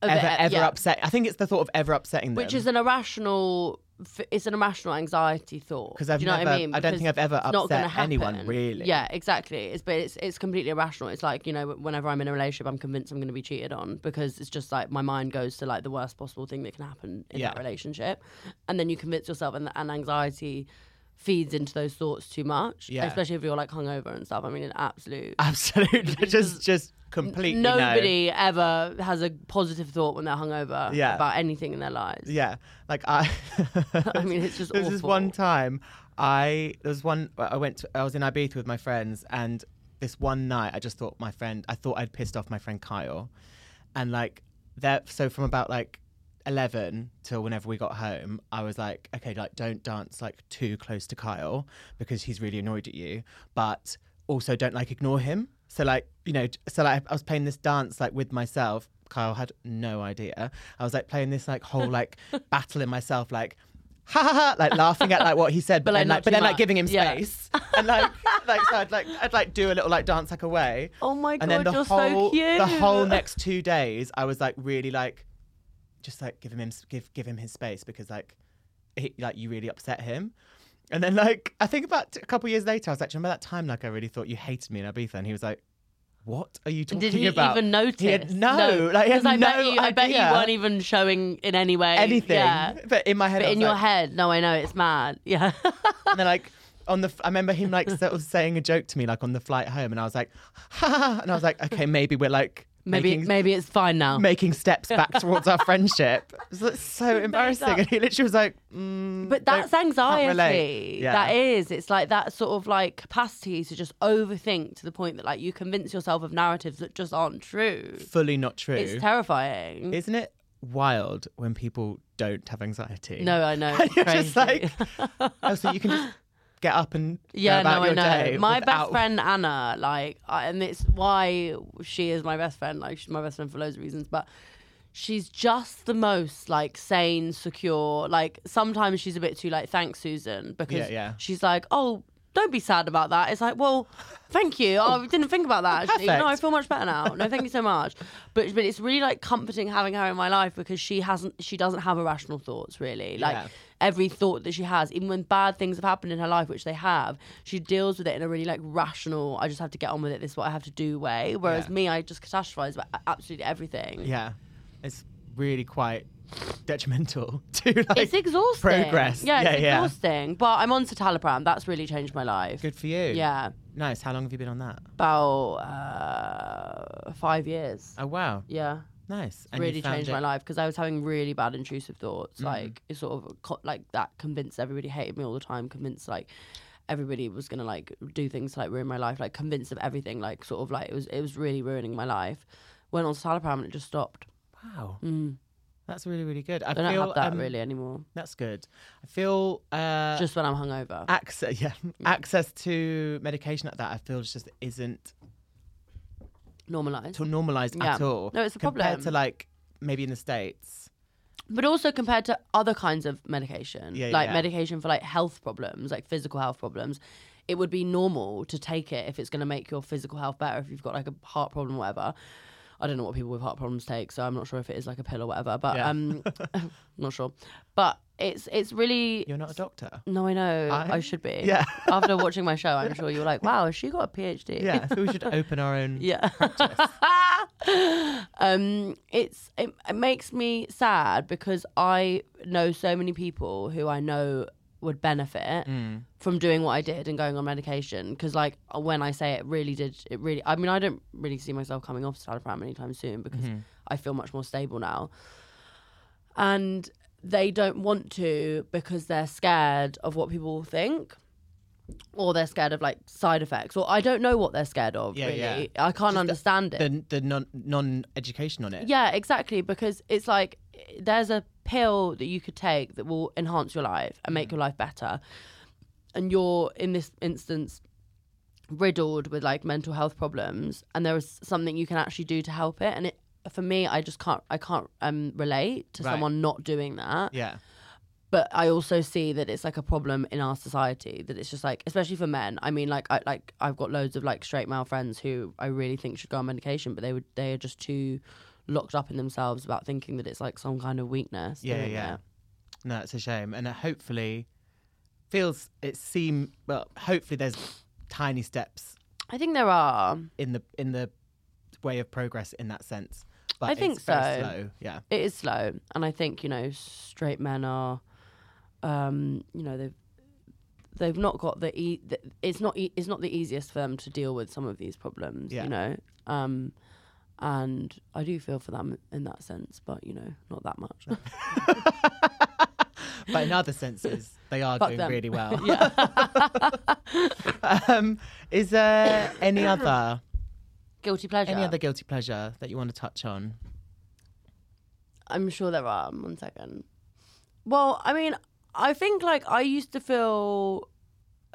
Speaker 3: Of
Speaker 2: ever
Speaker 3: it,
Speaker 2: ever
Speaker 3: yeah.
Speaker 2: upset i think it's the thought of ever upsetting them
Speaker 3: Which is an irrational. f- It's an irrational anxiety thought.
Speaker 2: because i've
Speaker 3: Do you know
Speaker 2: never
Speaker 3: what I mean?
Speaker 2: don't
Speaker 3: Because
Speaker 2: think i've ever
Speaker 3: it's not gonna
Speaker 2: upset anyone
Speaker 3: happen.
Speaker 2: really
Speaker 3: Yeah, exactly. It's but it's it's completely irrational. It's like you know, whenever I'm in a relationship, I'm convinced I'm going to be cheated on because it's just like my mind goes to like the worst possible thing that can happen in
Speaker 2: Yeah.
Speaker 3: that relationship, and then you convince yourself, and and anxiety feeds into those thoughts too much.
Speaker 2: Yeah.
Speaker 3: especially if you're like hungover and stuff. I mean, an absolute.
Speaker 2: absolutely just just completely no.
Speaker 3: Nobody ever has a positive thought when they're hungover
Speaker 2: Yeah.
Speaker 3: about anything in their lives.
Speaker 2: Yeah, like I.
Speaker 3: I mean, it's just
Speaker 2: There was this one
Speaker 3: awful.
Speaker 2: time, I there was one I went to, I was in Ibiza with my friends, and this one night I just thought my friend I thought I'd pissed off my friend Kyle, and like that so from about like. 11 till whenever we got home i was like okay like don't dance like too close to kyle because he's really annoyed at you but also don't like ignore him so like you know so like i was playing this dance like with myself kyle had no idea i was like playing this like whole like battle in myself like ha ha ha like laughing at like what he said but,
Speaker 3: But, like,
Speaker 2: then
Speaker 3: not
Speaker 2: like but
Speaker 3: too
Speaker 2: then like
Speaker 3: much.
Speaker 2: giving him
Speaker 3: Yeah.
Speaker 2: space and like like so i'd like i'd like do a little like dance like away
Speaker 3: Oh my god,
Speaker 2: and then the
Speaker 3: you're so
Speaker 2: whole
Speaker 3: cute.
Speaker 2: the whole
Speaker 3: Uh,
Speaker 2: next two days i was like really like just like give him his- give give him his space because like he, like you really upset him and then like i think about a couple years later i was like "Do you remember that time like i really thought you hated me in ibiza and he was like what are you talking
Speaker 3: Did he
Speaker 2: about
Speaker 3: even notice?
Speaker 2: He had- no, like he had
Speaker 3: 'Cause I bet
Speaker 2: no
Speaker 3: you, I bet you
Speaker 2: idea.
Speaker 3: weren't even showing in any way
Speaker 2: anything
Speaker 3: Yeah.
Speaker 2: but in my head
Speaker 3: But
Speaker 2: I was
Speaker 3: in your
Speaker 2: like-
Speaker 3: head, no, I know it's mad. Yeah,
Speaker 2: and then like on the f- I remember him like sort of saying a joke to me like on the flight home and I was like ha, ha, ha," and I was like okay maybe we're like
Speaker 3: maybe
Speaker 2: making,
Speaker 3: maybe it's fine now.
Speaker 2: making steps back towards our friendship so it's so embarrassing
Speaker 3: that-
Speaker 2: and he literally was like mm,
Speaker 3: but
Speaker 2: don't-
Speaker 3: that's
Speaker 2: can't
Speaker 3: anxiety.
Speaker 2: relate." yeah.
Speaker 3: That is. It's like that sort of like capacity to just overthink to the point that like you convince yourself of narratives that just aren't true.
Speaker 2: fully not true
Speaker 3: It's terrifying.
Speaker 2: isn't it wild when people don't have anxiety
Speaker 3: no, I know. It's
Speaker 2: You're
Speaker 3: crazy.
Speaker 2: just like oh, so you can just get up and go
Speaker 3: Yeah,
Speaker 2: about
Speaker 3: no, I
Speaker 2: your
Speaker 3: know.
Speaker 2: day
Speaker 3: My
Speaker 2: without-
Speaker 3: best friend Anna, like, I, and it's why she is my best friend. Like, she's my best friend for loads of reasons, but she's just the most like sane, secure. Like, sometimes she's a bit too like, thanks, Susan, because
Speaker 2: Yeah, yeah.
Speaker 3: she's like, oh. Don't be sad about that. It's like, well, thank you. I didn't think about that actually. No, I
Speaker 2: Oh, perfect.
Speaker 3: feel much better now. No, thank you so much. But but it's really like comforting having her in my life because she hasn't she doesn't have irrational thoughts really. Like
Speaker 2: Yeah.
Speaker 3: every thought that she has, even when bad things have happened in her life, which they have, she deals with it in a really like rational, I just have to get on with it, this is what I have to do way. Whereas
Speaker 2: Yeah.
Speaker 3: me, I just catastrophize about absolutely everything.
Speaker 2: yeah it's really quite detrimental to like
Speaker 3: It's exhausting.
Speaker 2: progress.
Speaker 3: Yeah, it's
Speaker 2: Yeah, yeah.
Speaker 3: exhausting. But I'm on citalopram. That's really changed my life.
Speaker 2: good for you
Speaker 3: Yeah,
Speaker 2: Nice. How long have you been on that?
Speaker 3: about uh, five years.
Speaker 2: Oh wow,
Speaker 3: Yeah.
Speaker 2: nice.
Speaker 3: It's
Speaker 2: you
Speaker 3: really
Speaker 2: found
Speaker 3: changed
Speaker 2: it-
Speaker 3: my
Speaker 2: Mm.
Speaker 3: life because I was having really bad intrusive thoughts. Like it sort of co- like that convinced everybody hated me all the time. Convinced like everybody was gonna like do things to, like ruin my life. Like convinced of everything. Like sort of like it was it was really ruining my life. Went on citalopram and it just stopped.
Speaker 2: Wow,
Speaker 3: Mm.
Speaker 2: that's really really good. I
Speaker 3: I don't
Speaker 2: feel
Speaker 3: have that
Speaker 2: um,
Speaker 3: really anymore.
Speaker 2: That's good. I feel uh,
Speaker 3: just when I'm hungover.
Speaker 2: access. Yeah, access to medication like that. I feel just isn't
Speaker 3: Normalized.
Speaker 2: t- normalized at
Speaker 3: Yeah.
Speaker 2: all.
Speaker 3: No, it's a
Speaker 2: compared to
Speaker 3: problem.
Speaker 2: like maybe in the states.
Speaker 3: but also compared to other kinds of medication,
Speaker 2: Yeah,
Speaker 3: like
Speaker 2: yeah.
Speaker 3: medication for like health problems, like physical health problems, it would be normal to take it if it's going to make your physical health better, if you've got like a heart problem or whatever. I don't know what people with heart problems take, so I'm not sure if it is like a pill or whatever, but
Speaker 2: Yeah.
Speaker 3: um, not sure. But it's it's really
Speaker 2: You're not a doctor.
Speaker 3: no, I know I,
Speaker 2: I-
Speaker 3: should be.
Speaker 2: Yeah.
Speaker 3: After watching my show, I'm sure you were like, "Wow, has she got a PhD?"
Speaker 2: Yeah, I feel we should open our own.
Speaker 3: Yeah. um, it's it, it makes me sad because I know so many people who I know would benefit
Speaker 2: Mm.
Speaker 3: from doing what I did and going on medication. Because like when I say it, really did it really. I mean, I don't really see myself coming off Stalopram anytime soon because
Speaker 2: Mm-hmm.
Speaker 3: I feel much more stable now. And they don't want to because they're scared of what people will think. Or they're scared of like side effects, or I don't know what they're scared of.
Speaker 2: Yeah,
Speaker 3: really,
Speaker 2: yeah.
Speaker 3: I can't understand it.
Speaker 2: The, the non non education on it.
Speaker 3: Yeah, exactly. Because it's like there's a pill that you could take that will enhance your life and make your life better. And you're, in this instance, riddled with like mental health problems, and there is something you can actually do to help it. And it, for me, I just can't, I can't um, relate to
Speaker 2: Right.
Speaker 3: someone not doing that.
Speaker 2: Yeah.
Speaker 3: But I also see that it's like a problem in our society that it's just like, especially for men. I mean, like, I like I've got loads of like straight male friends who I really think should go on medication, but they would they are just too locked up in themselves about thinking that it's like some kind of weakness.
Speaker 2: Yeah,
Speaker 3: doing
Speaker 2: yeah.
Speaker 3: it.
Speaker 2: No, it's a shame. And it hopefully feels it seem well, hopefully there's tiny steps
Speaker 3: I think there are.
Speaker 2: in the in the way of progress in that sense. But
Speaker 3: I think
Speaker 2: it's very
Speaker 3: so.
Speaker 2: slow. Yeah.
Speaker 3: It is slow, and I think you know straight men are, um, you know they've they've not got the e- th- it's not e- it's not the easiest for them to deal with some of these problems.
Speaker 2: Yeah.
Speaker 3: You know, um, and I do feel for them in that sense, but you know not that much.
Speaker 2: But in other senses, they are
Speaker 3: Fuck
Speaker 2: doing
Speaker 3: them.
Speaker 2: really well.
Speaker 3: yeah.
Speaker 2: um, is there any other
Speaker 3: Guilty pleasure.
Speaker 2: any other guilty pleasure that you want to touch on?
Speaker 3: I'm sure there are. One second. Well, I mean, I think like I used to feel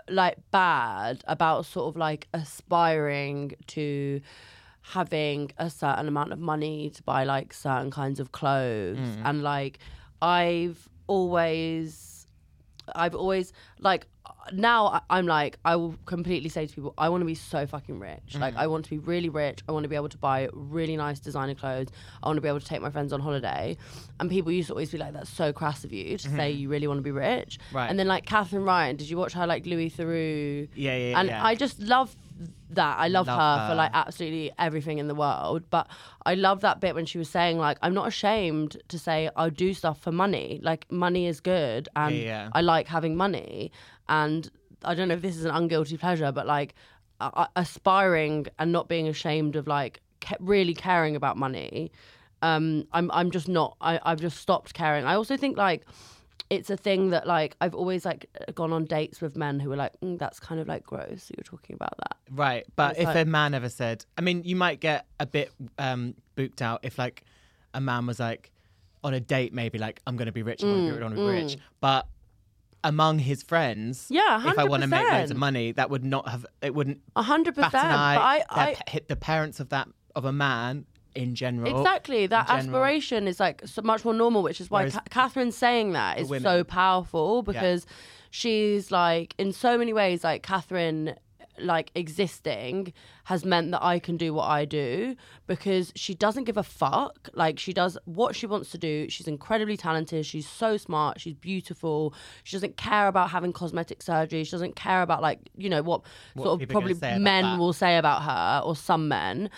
Speaker 3: like bad about sort of like aspiring to having a certain amount of money to buy like certain kinds of clothes and like I've always I've always like now I- I'm like I will completely say to people I want to be so fucking rich.
Speaker 2: Mm.
Speaker 3: Like I want to be really rich. I want to be able to buy really nice designer clothes. I want to be able to take my friends on holiday. And people used to always be like that's so crass of you to say you really want to be rich.
Speaker 2: Mm-hmm. Right.
Speaker 3: And then like Catherine Ryan, did you watch her like Louis Theroux?
Speaker 2: Yeah, yeah,
Speaker 3: And
Speaker 2: yeah.
Speaker 3: I just love that. I love,
Speaker 2: Love
Speaker 3: her, for
Speaker 2: her.
Speaker 3: like absolutely everything in the world. But I love that bit when she was saying like I'm not ashamed to say I'll do stuff for money. Like money is good and
Speaker 2: Yeah, yeah.
Speaker 3: I like having money. And I don't know if this is an unguilty pleasure, but like a- a- aspiring and not being ashamed of like ca- really caring about money. Um, I'm I'm just not. I I've just stopped caring. I also think like it's a thing that like I've always like gone on dates with men who were like, mm, that's kind of like gross. that You're talking about that.
Speaker 2: Right, but
Speaker 3: It's
Speaker 2: if
Speaker 3: like-
Speaker 2: a man ever said, I mean, you might get a bit um, booked out if like a man was like on a date, maybe like I'm going to be rich, I'm
Speaker 3: Mm,
Speaker 2: going to be, wanna be rich, but among his friends,
Speaker 3: Yeah,
Speaker 2: if I want to make loads of
Speaker 3: 100%.
Speaker 2: money, that would not have, it wouldn't
Speaker 3: A hundred
Speaker 2: bat
Speaker 3: percent.
Speaker 2: an
Speaker 3: But
Speaker 2: eye.
Speaker 3: I, I
Speaker 2: Their pa- the parents of that of a man in general,
Speaker 3: exactly that
Speaker 2: Oh, in general.
Speaker 3: aspiration is like so much more normal, which is why
Speaker 2: Whereas-
Speaker 3: Ca- Catherine saying that is
Speaker 2: women.
Speaker 3: so powerful because she's like in so many ways like Catherine like existing has meant that I can do what I do because she doesn't give a fuck like she does what she wants to do she's incredibly talented she's so smart she's beautiful she doesn't care about having cosmetic surgery she doesn't care about like you know what, sort of
Speaker 2: people
Speaker 3: probably
Speaker 2: are gonna say about
Speaker 3: men
Speaker 2: that.
Speaker 3: will say about her or some men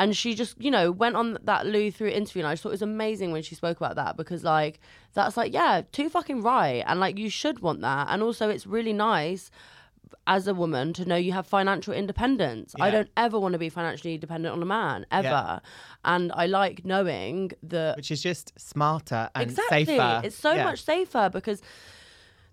Speaker 3: and she just you know went on that lou through interview and i just thought it was amazing when she spoke about that because like that's like yeah too fucking right and like you should want that and also it's really nice as a woman to know you have financial independence i
Speaker 2: Yeah.
Speaker 3: don't ever want to be financially dependent on a man ever and i like knowing that
Speaker 2: which is just smarter and
Speaker 3: exactly.
Speaker 2: safer.
Speaker 3: It's so
Speaker 2: Yeah.
Speaker 3: much safer because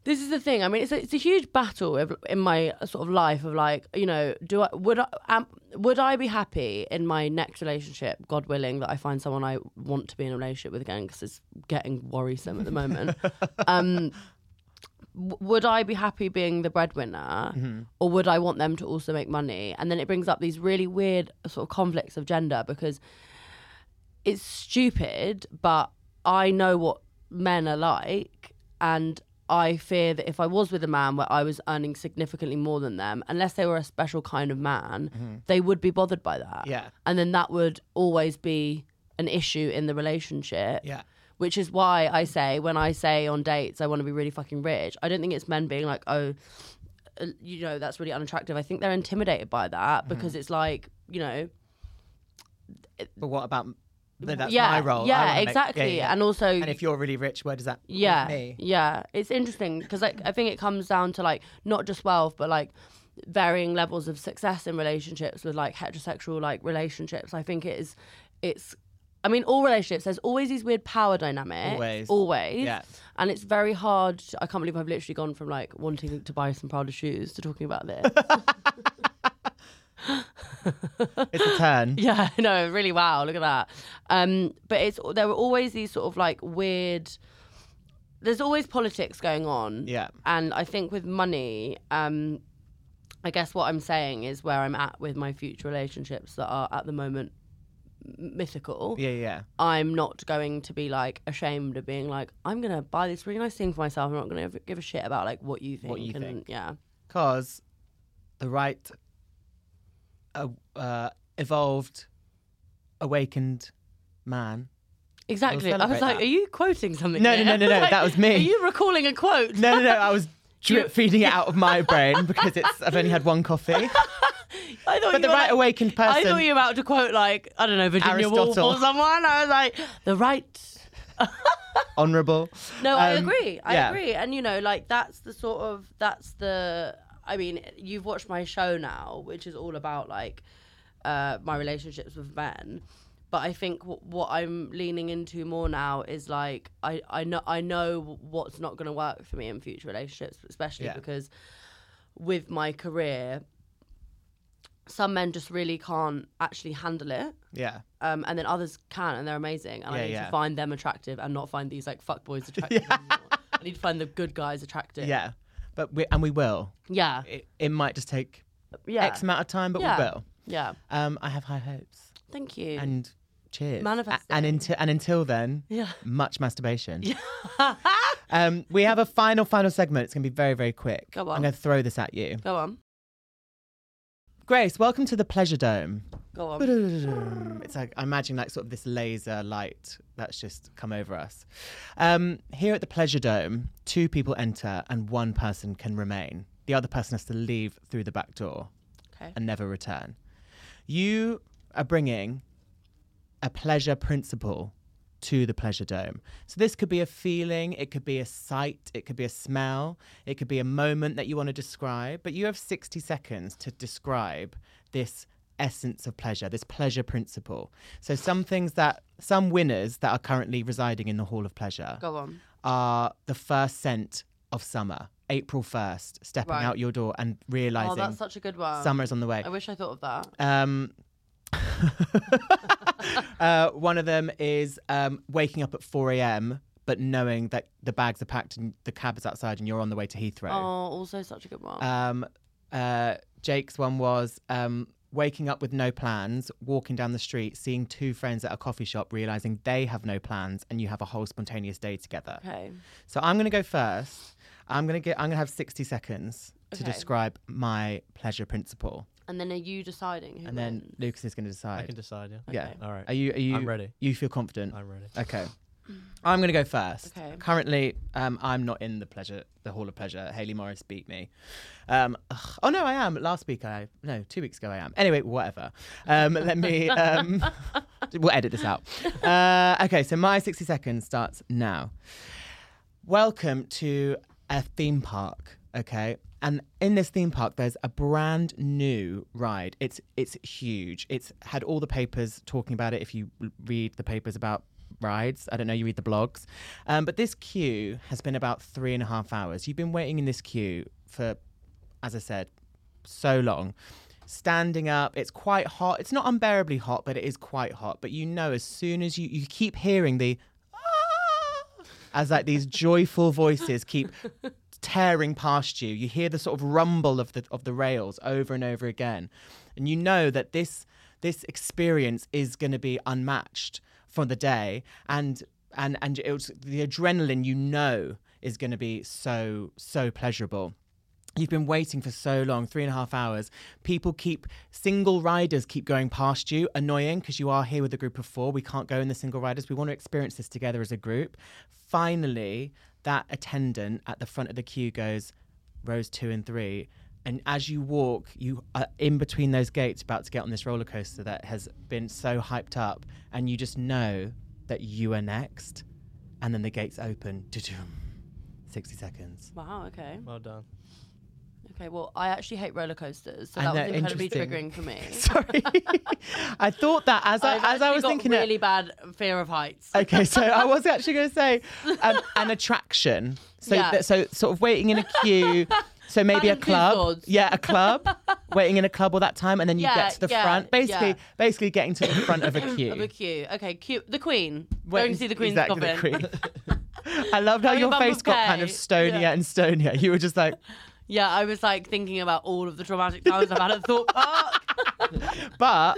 Speaker 3: this is the thing. I mean, it's a, it's a huge battle of, in my sort of life of like, you know, do I would I am, would I be happy in my next relationship, God willing, that I find someone I want to be in a relationship with again because it's getting worrisome at the moment. um, w- would I be happy being the breadwinner,
Speaker 2: Mm-hmm.
Speaker 3: or would I want them to also make money? And then it brings up these really weird sort of conflicts of gender because it's stupid, but I know what men are like, and I fear that if I was with a man where I was earning significantly more than them, unless they were a special kind of man, they would be bothered by that.
Speaker 2: Mm-hmm. Yeah.
Speaker 3: And then that would always be an issue in the relationship.
Speaker 2: Yeah.
Speaker 3: Which is why I say when I say on dates I want to be really fucking rich, I don't think it's men being like, oh, uh, you know, that's really unattractive. I think they're intimidated by that
Speaker 2: Mm-hmm.
Speaker 3: because it's like, you know,
Speaker 2: But what about but that's
Speaker 3: yeah,
Speaker 2: my role? I wanna
Speaker 3: yeah,
Speaker 2: make-
Speaker 3: exactly.
Speaker 2: yeah, yeah.
Speaker 3: And also,
Speaker 2: And if you're really rich, where does that leave
Speaker 3: yeah
Speaker 2: me?
Speaker 3: yeah it's interesting because like i think it comes down to like not just wealth but like varying levels of success in relationships with like heterosexual like relationships i think it is it's i mean all relationships there's always these weird power dynamics
Speaker 2: Always.
Speaker 3: always
Speaker 2: Yeah.
Speaker 3: and it's very hard to- i can't believe i've literally gone from like wanting to buy some prada shoes to talking about this
Speaker 2: It's a turn.
Speaker 3: Yeah, no, really wow, look at that. Um, but it's there were always these sort of like weird there's always politics going on.
Speaker 2: Yeah.
Speaker 3: And I think with money, um, I guess what I'm saying is where I'm at with my future relationships that are at the moment m- mythical.
Speaker 2: Yeah, yeah.
Speaker 3: I'm not going to be like ashamed of being like, I'm gonna buy this really nice thing for myself. I'm not gonna ever give a shit about like what you think.
Speaker 2: What you
Speaker 3: and,
Speaker 2: think.
Speaker 3: Yeah.
Speaker 2: Because the right uh, uh, evolved, awakened man.
Speaker 3: Exactly. I was
Speaker 2: celebrate
Speaker 3: like,
Speaker 2: that.
Speaker 3: are you quoting something?
Speaker 2: No, no,
Speaker 3: here?"
Speaker 2: no, no, no,
Speaker 3: Like,
Speaker 2: that was me.
Speaker 3: Are you recalling a quote?
Speaker 2: No, no, no. I was drip
Speaker 3: You-
Speaker 2: feeding it out of my brain because it's. I've only had one coffee.
Speaker 3: I thought you
Speaker 2: But the
Speaker 3: were
Speaker 2: right
Speaker 3: like-
Speaker 2: awakened person.
Speaker 3: I thought you were about to quote like I don't know Virginia Woolf
Speaker 2: Aristotle.
Speaker 3: or someone. I was like the right.
Speaker 2: honourable.
Speaker 3: No, I
Speaker 2: Um,
Speaker 3: agree. I
Speaker 2: yeah.
Speaker 3: agree. And you know, like that's the sort of that's the. I mean, you've watched my show now, which is all about like uh, my relationships with men. But I think w- what I'm leaning into more now is like I, I know I know what's not going to work for me in future relationships, especially
Speaker 2: Yeah.
Speaker 3: because with my career, some men just really can't actually handle it
Speaker 2: Yeah.
Speaker 3: um, and then others can and they're amazing and
Speaker 2: Yeah,
Speaker 3: I need
Speaker 2: yeah.
Speaker 3: to find them attractive and not find these like fuck boys attractive anymore. I need to find the good guys attractive.
Speaker 2: Yeah. But we and we will.
Speaker 3: Yeah.
Speaker 2: It, it might just take
Speaker 3: Yeah.
Speaker 2: X amount of time, but
Speaker 3: Yeah.
Speaker 2: we will.
Speaker 3: yeah.
Speaker 2: Um, I have high hopes
Speaker 3: Thank you.
Speaker 2: and cheers. A- and
Speaker 3: Manifesting.
Speaker 2: until and until then,
Speaker 3: Yeah.
Speaker 2: much masturbation. um, we have a final final segment. It's gonna be very very quick.
Speaker 3: Go
Speaker 2: I'm
Speaker 3: on.
Speaker 2: gonna throw this at you,
Speaker 3: go on.
Speaker 2: Grace. Welcome to the Pleasure Dome.
Speaker 3: Go on.
Speaker 2: It's like I imagine like sort of this laser light that's just come over us. Um, here at the Pleasure Dome, two people enter and one person can remain. The other person has to leave through the back door
Speaker 3: Okay.
Speaker 2: and never return. You are bringing a pleasure principle to the pleasure dome. So this could be a feeling, it could be a sight, it could be a smell, it could be a moment that you want to describe, but you have 60 seconds to describe this essence of pleasure, this pleasure principle. So some things that some winners that are currently residing in the hall of pleasure
Speaker 3: Go on.
Speaker 2: are the first scent of summer, April 1st, stepping
Speaker 3: Right.
Speaker 2: out your door and realizing
Speaker 3: Oh, that's such a good one.
Speaker 2: summer's on the way.
Speaker 3: I wish I thought of that.
Speaker 2: Um, uh, one of them is um, waking up at 4 a.m. but knowing that the bags are packed and the cab is outside and you're on the way to
Speaker 3: Oh,
Speaker 2: Heathrow.
Speaker 3: also such a good one.
Speaker 2: Um, uh, Jake's one was um, waking up with no plans, walking down the street, seeing two friends at a coffee shop, realizing they have no plans, and you have a whole spontaneous day together.
Speaker 3: okay.
Speaker 2: So I'm going to go first. I'm going to get. I'm going to have 60 seconds to
Speaker 3: Okay.
Speaker 2: describe my pleasure principle,
Speaker 3: And then are you deciding who
Speaker 2: and then
Speaker 3: wins?
Speaker 2: Lucas is going to decide.
Speaker 4: I can decide. Yeah.
Speaker 2: Yeah.
Speaker 4: All right.
Speaker 2: Are you? Are you?
Speaker 4: I'm ready.
Speaker 2: You feel confident?
Speaker 4: I'm ready.
Speaker 2: Okay. I'm going to go first.
Speaker 3: Okay.
Speaker 2: Currently, um, I'm not in the pleasure, the Hall of Pleasure. Haley Morris beat me. Um, ugh. oh no, I am. Last week, I no, two weeks ago, I am. Anyway, whatever. Um, let me. Um, we'll edit this out. Uh, okay, so my 60 seconds starts now. Welcome to a theme park, okay? And in this theme park, there's a brand new ride. It's it's huge. It's had all the papers talking about it. If you l- read the papers about rides, I don't know, you read the blogs, um, but this queue has been about three and a half hours. You've been waiting in this queue for, as I said, so long. Standing up, it's quite hot. It's not unbearably hot, but it is quite hot. But you know, as soon as you you keep hearing the "Ah!" as like these joyful voices keep tearing past you, you hear the sort of rumble of the of the rails over and over again, and you know that this this experience is going to be unmatched for the day, and and and it was the adrenaline you know is going to be so, so pleasurable. You've been waiting for so long, three and a half hours. People keep, single riders keep going past you, annoying because you are here with a group of four. We can't go in the single riders. We want to experience this together as a group. Finally, that attendant at the front of the queue goes, rows two and three. And as you walk, you are in between those gates about to get on this roller coaster that has been so hyped up. And you just know that you are next. And then the gates open. 60 seconds.
Speaker 3: Wow. Okay.
Speaker 4: Well done.
Speaker 3: Okay. Well, I actually hate roller coasters, so
Speaker 2: I
Speaker 3: that
Speaker 2: know,
Speaker 3: was incredibly
Speaker 2: interesting.
Speaker 3: triggering for me.
Speaker 2: Sorry. I thought that as I,
Speaker 3: I've
Speaker 2: as I
Speaker 3: actually
Speaker 2: was
Speaker 3: got
Speaker 2: thinking it.
Speaker 3: really bad fear of heights.
Speaker 2: Okay, so I was actually going to say um, an attraction. So,
Speaker 3: Yeah.
Speaker 2: th- so sort of waiting in a queue. So
Speaker 3: That
Speaker 2: maybe a
Speaker 3: includes
Speaker 2: club.
Speaker 3: odds.
Speaker 2: Yeah, a club. waiting in a club all that time, and then you
Speaker 3: Yeah,
Speaker 2: get to the
Speaker 3: yeah,
Speaker 2: front. Basically,
Speaker 3: yeah.
Speaker 2: basically getting to the front of a queue.
Speaker 3: Of a queue. Okay, cute. The Queen.
Speaker 2: Wait,
Speaker 3: Going to see the Queen's
Speaker 2: exactly,
Speaker 3: coffin.
Speaker 2: the Queen. I loved how
Speaker 3: Having a
Speaker 2: your
Speaker 3: bump
Speaker 2: face
Speaker 3: of
Speaker 2: got kind of
Speaker 3: pay.
Speaker 2: stonier
Speaker 3: Yeah.
Speaker 2: and stonier. You were just like,
Speaker 3: Yeah, I was like thinking about all of the traumatic times I've had at Thorpe Park.
Speaker 2: but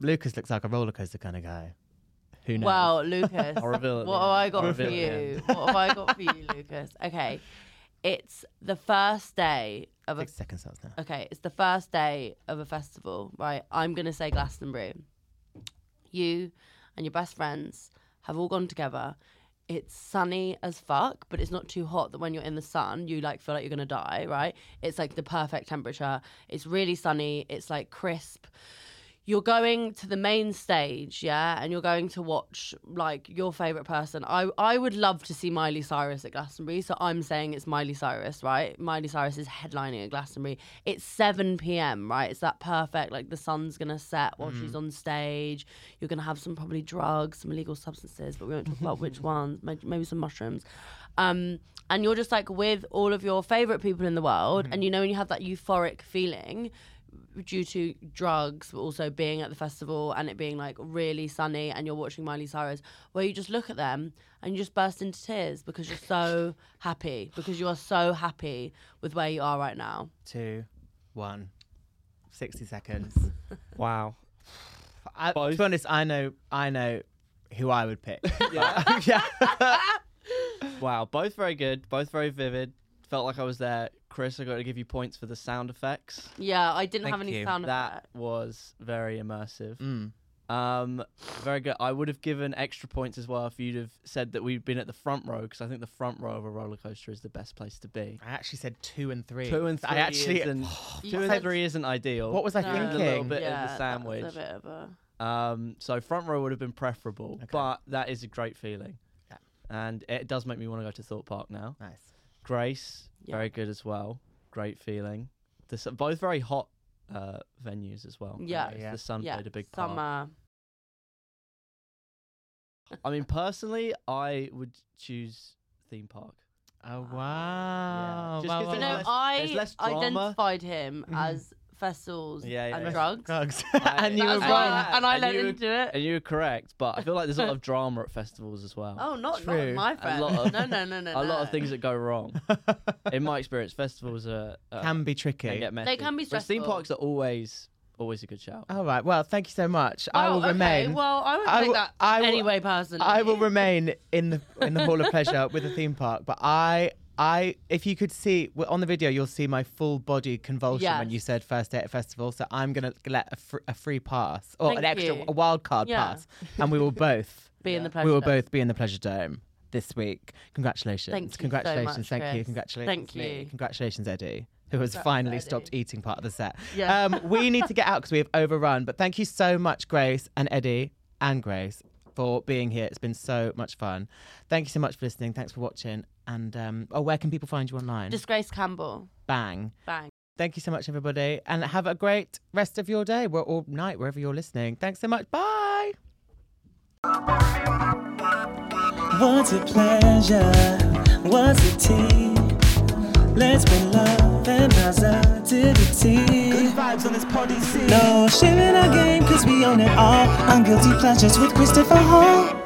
Speaker 2: Lucas looks like a roller coaster kind of guy. Who knows?
Speaker 3: Wow, Lucas.
Speaker 4: Horrible.
Speaker 3: What have I got for
Speaker 4: Horrible,
Speaker 3: you? What have I got for you, Lucas? Okay. It's the first day of a
Speaker 2: six seconds starts now.
Speaker 3: okay, it's the first day of a festival, right? I'm gonna say Glastonbury. You and your best friends have all gone together. It's sunny as fuck, but it's not too hot that when you're in the sun, you like feel like you're gonna die, right? It's like the perfect temperature. It's really sunny. It's like crisp you're going to the main stage, yeah, and you're going to watch like your favorite person. I I would love to see Miley Cyrus at Glastonbury, so I'm saying it's Miley Cyrus, right? Miley Cyrus is headlining at Glastonbury. It's 7 p.m., right? It's that perfect like the sun's going to set while she's on stage. You're going to have some probably drugs, some illegal substances, but we won't talk about which ones, may- maybe some mushrooms. Um and you're just like with all of your favorite people in the world
Speaker 2: Mm-hmm.
Speaker 3: and you know when you have that euphoric feeling due to drugs, but also being at the festival and it being like really sunny and you're watching Miley Cyrus, where you just look at them and you just burst into tears because you're so happy, because you are so happy with where you are right now.
Speaker 2: Two, one, 60 seconds.
Speaker 4: Wow.
Speaker 2: I, to
Speaker 4: Both.
Speaker 2: be honest, I know, I know who I would pick.
Speaker 4: Yeah.
Speaker 2: yeah.
Speaker 4: wow. Both very good. Both very vivid. Felt like I was there. Chris, I got to give you points for the sound effects.
Speaker 3: Yeah, I didn't have
Speaker 2: Thank
Speaker 3: any
Speaker 2: you.
Speaker 3: sound
Speaker 4: That
Speaker 3: effect.
Speaker 4: was very immersive.
Speaker 2: Mm.
Speaker 4: Um, very good. I would have given extra points as well if you'd have said that we'd been at the front row because I think the front row of a roller coaster is the best place to be.
Speaker 2: I actually said two and three.
Speaker 4: Two and three
Speaker 2: I actually.
Speaker 4: isn't,
Speaker 3: You
Speaker 4: two and
Speaker 3: said-
Speaker 4: three isn't ideal.
Speaker 2: What was I
Speaker 3: No.
Speaker 4: A little
Speaker 2: thinking?
Speaker 4: bit
Speaker 3: Yeah,
Speaker 4: of the
Speaker 3: that was
Speaker 4: sandwich.
Speaker 3: a bit of a-
Speaker 4: Um, so front row would have been preferable,
Speaker 2: Okay.
Speaker 4: but that is a great feeling.
Speaker 2: Yeah.
Speaker 4: And it does make me want to go to Thought Park now.
Speaker 2: Nice.
Speaker 4: Grace,
Speaker 3: Yeah.
Speaker 4: very good as well. Great feeling. The, sun- both very hot uh, venues as well.
Speaker 3: Yeah.
Speaker 4: Anyways,
Speaker 2: Yeah.
Speaker 4: The sun
Speaker 3: yeah,
Speaker 4: played a big part.
Speaker 3: summer.
Speaker 4: I mean, personally, I would choose theme park.
Speaker 2: Oh wow! Wow,
Speaker 4: Just 'cause
Speaker 2: wow,
Speaker 3: You
Speaker 4: there's
Speaker 2: wow.
Speaker 3: know,
Speaker 4: less-
Speaker 3: I
Speaker 4: there's less drama.
Speaker 3: identified him
Speaker 2: Mhm.
Speaker 3: as festivals
Speaker 4: Yeah, yeah,
Speaker 3: and
Speaker 4: yeah.
Speaker 3: drugs.
Speaker 2: Drugs.
Speaker 4: I-
Speaker 2: and you
Speaker 3: That
Speaker 2: were
Speaker 3: was
Speaker 4: and
Speaker 3: why-
Speaker 2: wrong.
Speaker 3: and I
Speaker 4: and
Speaker 3: let
Speaker 4: you-
Speaker 3: him do it.
Speaker 4: And you're correct, but I feel like there's a lot of drama at festivals as well.
Speaker 3: Oh, not, not
Speaker 2: True.
Speaker 3: my
Speaker 4: A
Speaker 3: friend.
Speaker 4: lot of-
Speaker 3: no, no, no, no.
Speaker 4: a lot
Speaker 3: no.
Speaker 4: of things that go wrong. In my experience, festivals are uh,
Speaker 2: Can be
Speaker 4: can
Speaker 2: tricky.
Speaker 4: get messy.
Speaker 3: can be
Speaker 4: Whereas Theme
Speaker 3: stressful.
Speaker 4: parks are always always a good shout.
Speaker 2: All right. Well, thank you so much. I
Speaker 4: Oh,
Speaker 3: Wow,
Speaker 2: will remain.
Speaker 3: Okay. Well, I would
Speaker 2: I
Speaker 3: take
Speaker 2: will-
Speaker 3: that
Speaker 2: I will-
Speaker 3: anyway, personally.
Speaker 2: I will remain in the in the hall of pleasure with the theme park, but I I if you could see well, on the video, you'll see my full body convulsion when
Speaker 3: Yes.
Speaker 2: you said first day at a festival. So I'm gonna let a, fr- a free pass or an
Speaker 3: Thank
Speaker 2: extra
Speaker 3: you.
Speaker 2: a wild card
Speaker 3: Yeah.
Speaker 2: pass, and we will both
Speaker 3: be in
Speaker 4: Yeah.
Speaker 3: the pleasure.
Speaker 2: we will both be in the pleasure dome this week. Congratulations!
Speaker 3: Thank you so
Speaker 2: Congratulations!
Speaker 3: much,
Speaker 2: Thank you!
Speaker 3: Chris.
Speaker 2: Congratulations!
Speaker 3: Thank
Speaker 2: me.
Speaker 3: you.
Speaker 2: Congratulations, Eddie. Who has
Speaker 3: Congrats,
Speaker 2: finally
Speaker 3: Eddie.
Speaker 2: stopped eating part of the set?
Speaker 3: Yeah.
Speaker 2: Um, we need to get out because we have overrun. But thank you so much, Grace and Eddie and Grace, for being here. It's been so much fun. Thank you so much for listening. Thanks for watching. And um, oh, where can people find you online?
Speaker 3: Disgrace Campbell.
Speaker 2: bang.
Speaker 3: Bang.
Speaker 2: Thank you so much, everybody, and have a great rest of your day well, or night, wherever you're listening. Thanks so much. Bye.
Speaker 1: Was it pleasure? Was it tea? Let's bring love and positivity. Good vibes on this party scene. No shaming our game, cause we own it all. On Guilty Pleasures with Christopher Hall.